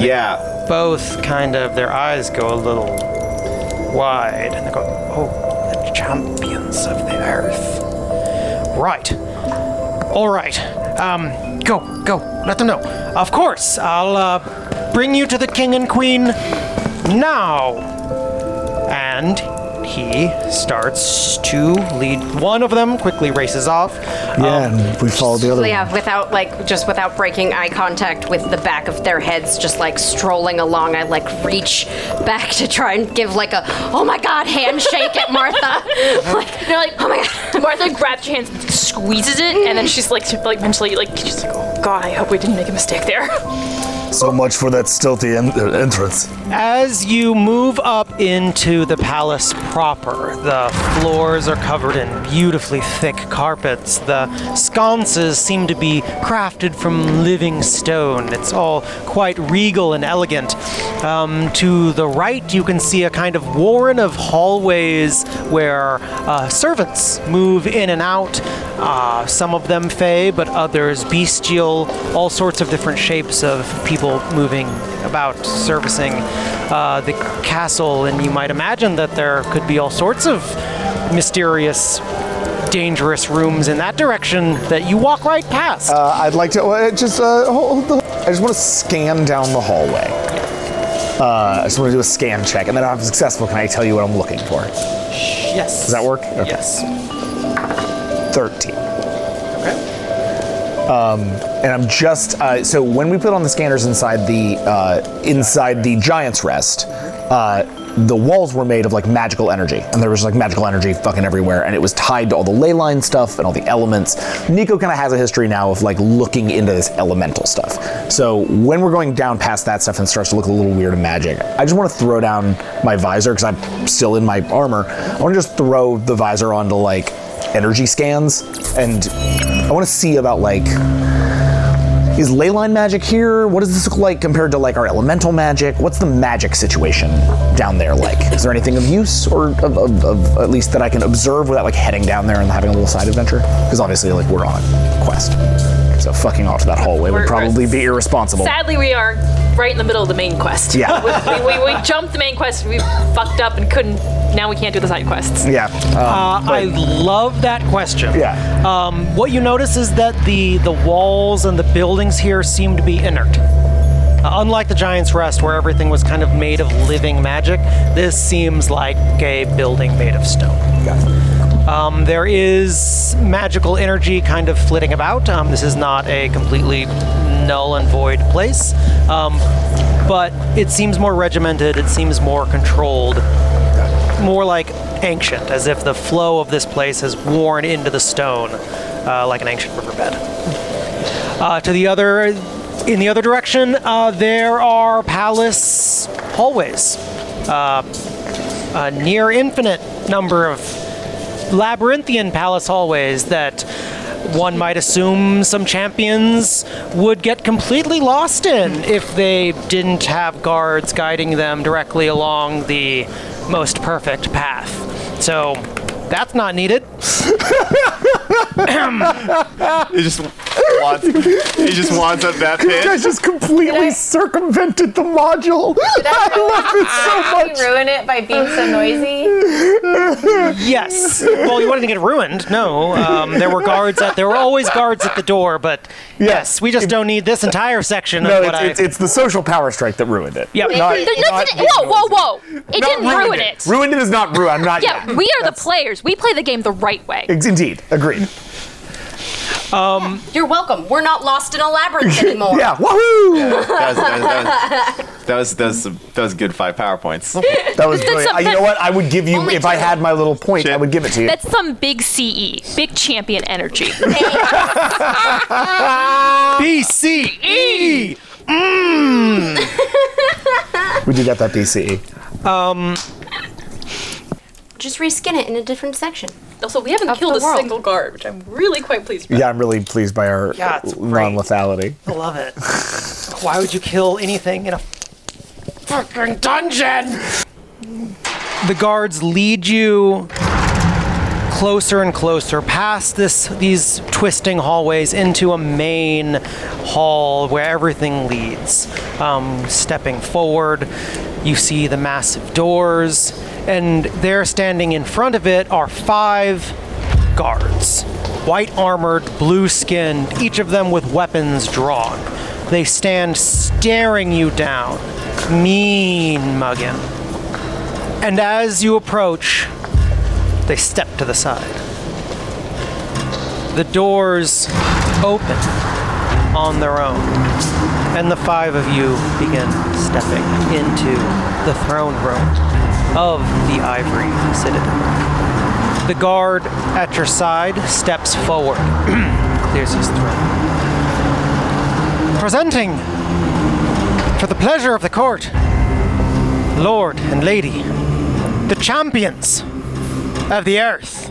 S7: yeah. Both kind of, their eyes go a little wide, and they go, oh, the champions of the earth. Right. All right. Um, go, go. Let them know. Of course, I'll uh, bring you to the king and queen now. And he starts to lead. One of them quickly races off.
S19: Yeah, and we follow the other
S6: So
S19: one.
S6: yeah, without like just without breaking eye contact with the back of their heads, just like strolling along, I like reach back to try and give like a oh my god handshake at Martha. like
S4: They're like, oh my god. Martha grabs your hands, squeezes it, and then she's like, like mentally, like, she's like, oh god, I hope we didn't make a mistake there.
S17: So much for that stealthy en- uh, entrance.
S7: As you move up into the palace proper, the floors are covered in beautifully thick carpets. The sconces seem to be crafted from living stone. It's all quite regal and elegant. Um, to the right, you can see a kind of warren of hallways where uh, servants move in and out. Uh, some of them fey, but others bestial. All sorts of different shapes of people moving about, servicing uh, the castle. And you might imagine that there could be all sorts of mysterious, dangerous rooms in that direction that you walk right past.
S19: Uh,
S3: I'd like to uh, just uh, hold, hold the. I just want to scan down the hallway. Uh, I just want to do a scan check, and then if I'm successful, can I tell you what I'm looking for?
S7: Yes.
S3: Does that work? Okay.
S7: Yes.
S3: 13. Okay. Um, and I'm just uh, so when we put on the scanners inside the uh, inside the Giants Rest, uh, the walls were made of like magical energy, and there was like magical energy fucking everywhere, and it was tied to all the ley line stuff and all the elements. Nico kind of has a history now of like looking into this elemental stuff. So when we're going down past that stuff and it starts to look a little weird and magic, I just want to throw down my visor because I'm still in my armor. I want to just throw the visor onto like energy scans, and I want to see about like is ley line magic here? What does this look like compared to like our elemental magic? What's the magic situation down there like? Is there anything of use or of, of, of at least that I can observe without like heading down there and having a little side adventure? Because obviously like we're on a quest, so fucking off to that hallway
S4: We're-
S3: would probably be irresponsible.
S4: Sadly, we are right in the middle of the main quest.
S3: Yeah.
S4: we, we, we, we jumped the main quest. We fucked up and couldn't. Now we can't do the side quests.
S3: Yeah.
S7: uh, I love that question. Yeah. Um, what you notice is that the the walls and the buildings here seem to be inert. Uh, unlike the Giant's Rest, where everything was kind of made of living magic, this seems like a building made of stone. Um, there is magical energy kind of flitting about. Um, this is not a completely null and void place, um, but it seems more regimented. It seems more controlled more like ancient, as if the flow of this place has worn into the stone, uh, like an ancient riverbed. Uh, to the other, in the other direction, uh, there are palace hallways. Uh, a near infinite number of labyrinthian palace hallways that one might assume some champions would get completely lost in if they didn't have guards guiding them directly along the most perfect path. So that's not needed.
S12: It just wants. It just wants up that
S7: You
S12: pit.
S7: guys
S3: just completely circumvented the module.
S2: I love it so much. ruin it by being so noisy.
S7: yes. Well, you wanted to get ruined. No, um, there were guards at. There were always guards at the door, but yes, we just don't need this entire section
S3: No,
S7: of what
S3: it's,
S7: I.
S3: it's, it's the social power strike that ruined it.
S7: Yep.
S3: Not-
S20: Nothing- whoa, whoa, whoa! It didn't ruin it.
S3: Ruined it is not ruined. I'm not.
S20: Yeah, we are the players. We play the game the right way.
S3: Ex- Indeed, agreed.
S7: Um,
S15: You're welcome. We're not lost in a labyrinth anymore.
S3: yeah, woohoo!
S12: that was- that was- that That was that was, some- that was good five powerpoints.
S3: That was brilliant. I- you know what? I would give you if I had my little point. I would give it to you.
S20: That's some big CE, big champion energy.
S3: E.
S7: BCE. Mm.
S3: we do get that E. BCE.
S7: Um,
S15: Just reskin it in a different section.
S4: Also, we haven't
S15: Of
S4: killed
S15: the
S4: a
S15: world.
S4: single guard, which I'm really quite pleased with.
S3: Yeah, I'm really pleased by our
S7: Yeah, it's
S3: non-lethality.
S7: I love it. Why would you kill anything in a fucking dungeon? the guards lead you closer and closer past this these twisting hallways into a main hall where everything leads um, stepping forward you see the massive doors and there standing in front of it are five guards white armored blue skinned each of them with weapons drawn they stand staring you down mean muggin and as you approach, they step to the side. The doors open on their own, and the five of you begin stepping into the throne room of the Ivory Citadel. The guard at your side steps forward, clears his throat. Presenting, for the pleasure of the court, Lord and Lady, the champions of the earth.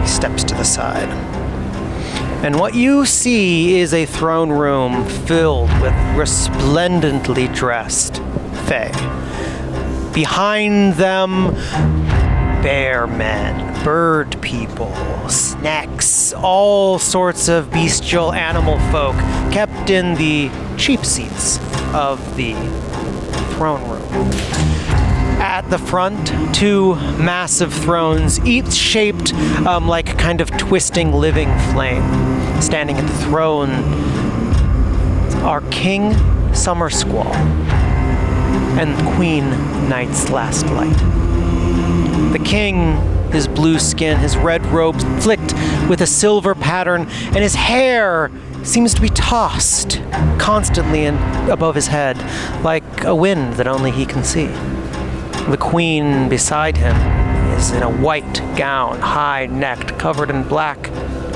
S7: He steps to the side. And what you see is a throne room filled with resplendently dressed Fae. Behind them, bear men, bird people, snakes, all sorts of bestial animal folk kept in the cheap seats of the throne room. At the front, two massive thrones, each shaped um, like kind of twisting living flame. Standing at the throne are King Summer Squall and Queen Night's Last Light. The king his blue skin, his red robe flicked with a silver pattern, and his hair seems to be tossed constantly in, above his head, like a wind that only he can see. The queen beside him is in a white gown, high necked, covered in black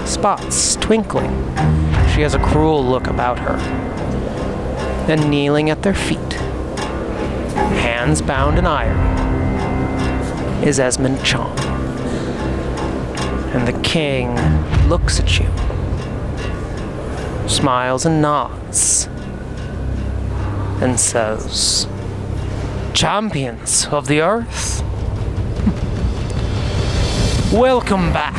S7: spots twinkling. She has a cruel look about her. And kneeling at their feet, hands bound in iron, is Esmond Chong. And the king looks at you, smiles and nods, and says, Champions of the earth, welcome back.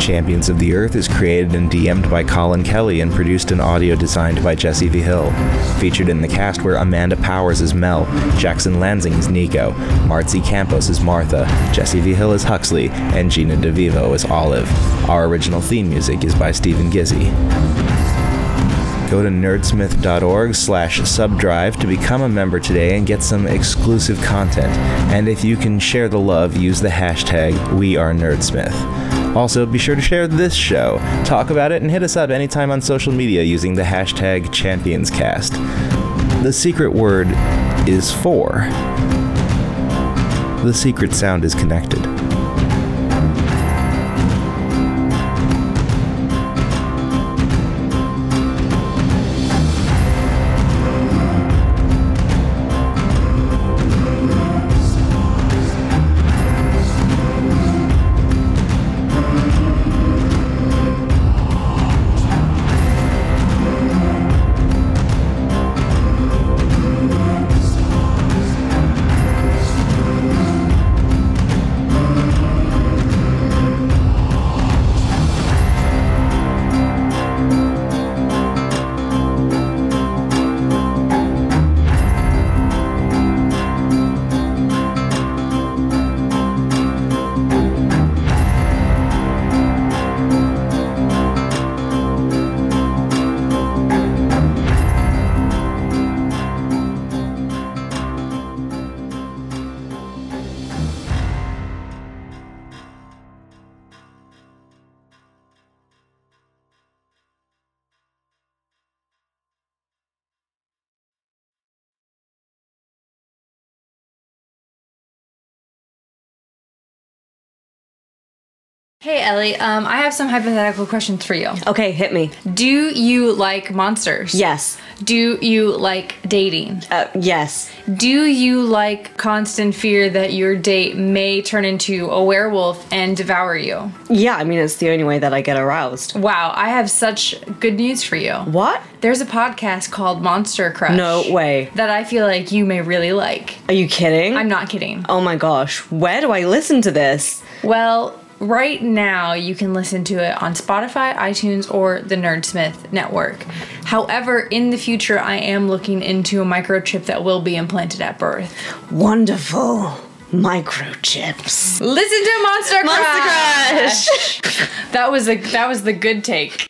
S12: Champions of the Earth is created and DM'd by Colin Kelly and produced and audio designed by Jesse V. Hill. Featured in the cast were Amanda Powers as Mel, Jackson Lansing as Nico, Marcy Campos as Martha, Jesse V. Hill as Huxley, and Gina DeVivo as Olive. Our original theme music is by Stephen Gizzi. Go to nerdsmith.org slash subdrive to become a member today and get some exclusive content. And if you can share the love, use the hashtag WeAreNerdsmith. Also, be sure to share this show, talk about it, and hit us up anytime on social media using the hashtag ChampionsCast. The secret word is four. The secret sound is connected.
S21: Hey Ellie, um, I have some hypothetical questions for you.
S6: Okay, hit me.
S21: Do you like monsters?
S6: Yes.
S21: Do you like dating?
S6: Uh, yes.
S21: Do you like constant fear that your date may turn into a werewolf and devour you?
S6: Yeah, I mean, it's the only way that I get aroused.
S21: Wow, I have such good news for you.
S6: What?
S21: There's a podcast called Monster Crush.
S6: No way.
S21: That I feel like you may really like.
S6: Are you kidding?
S21: I'm not kidding.
S6: Oh my gosh, where do I listen to this?
S21: Well, Right now, you can listen to it on Spotify, iTunes, or the Nerdsmith network. However, in the future, I am looking into a microchip that will be implanted at birth.
S6: Wonderful microchips.
S21: Listen to Monster Crush.
S6: Monster Crush.
S21: that was the that was the good take.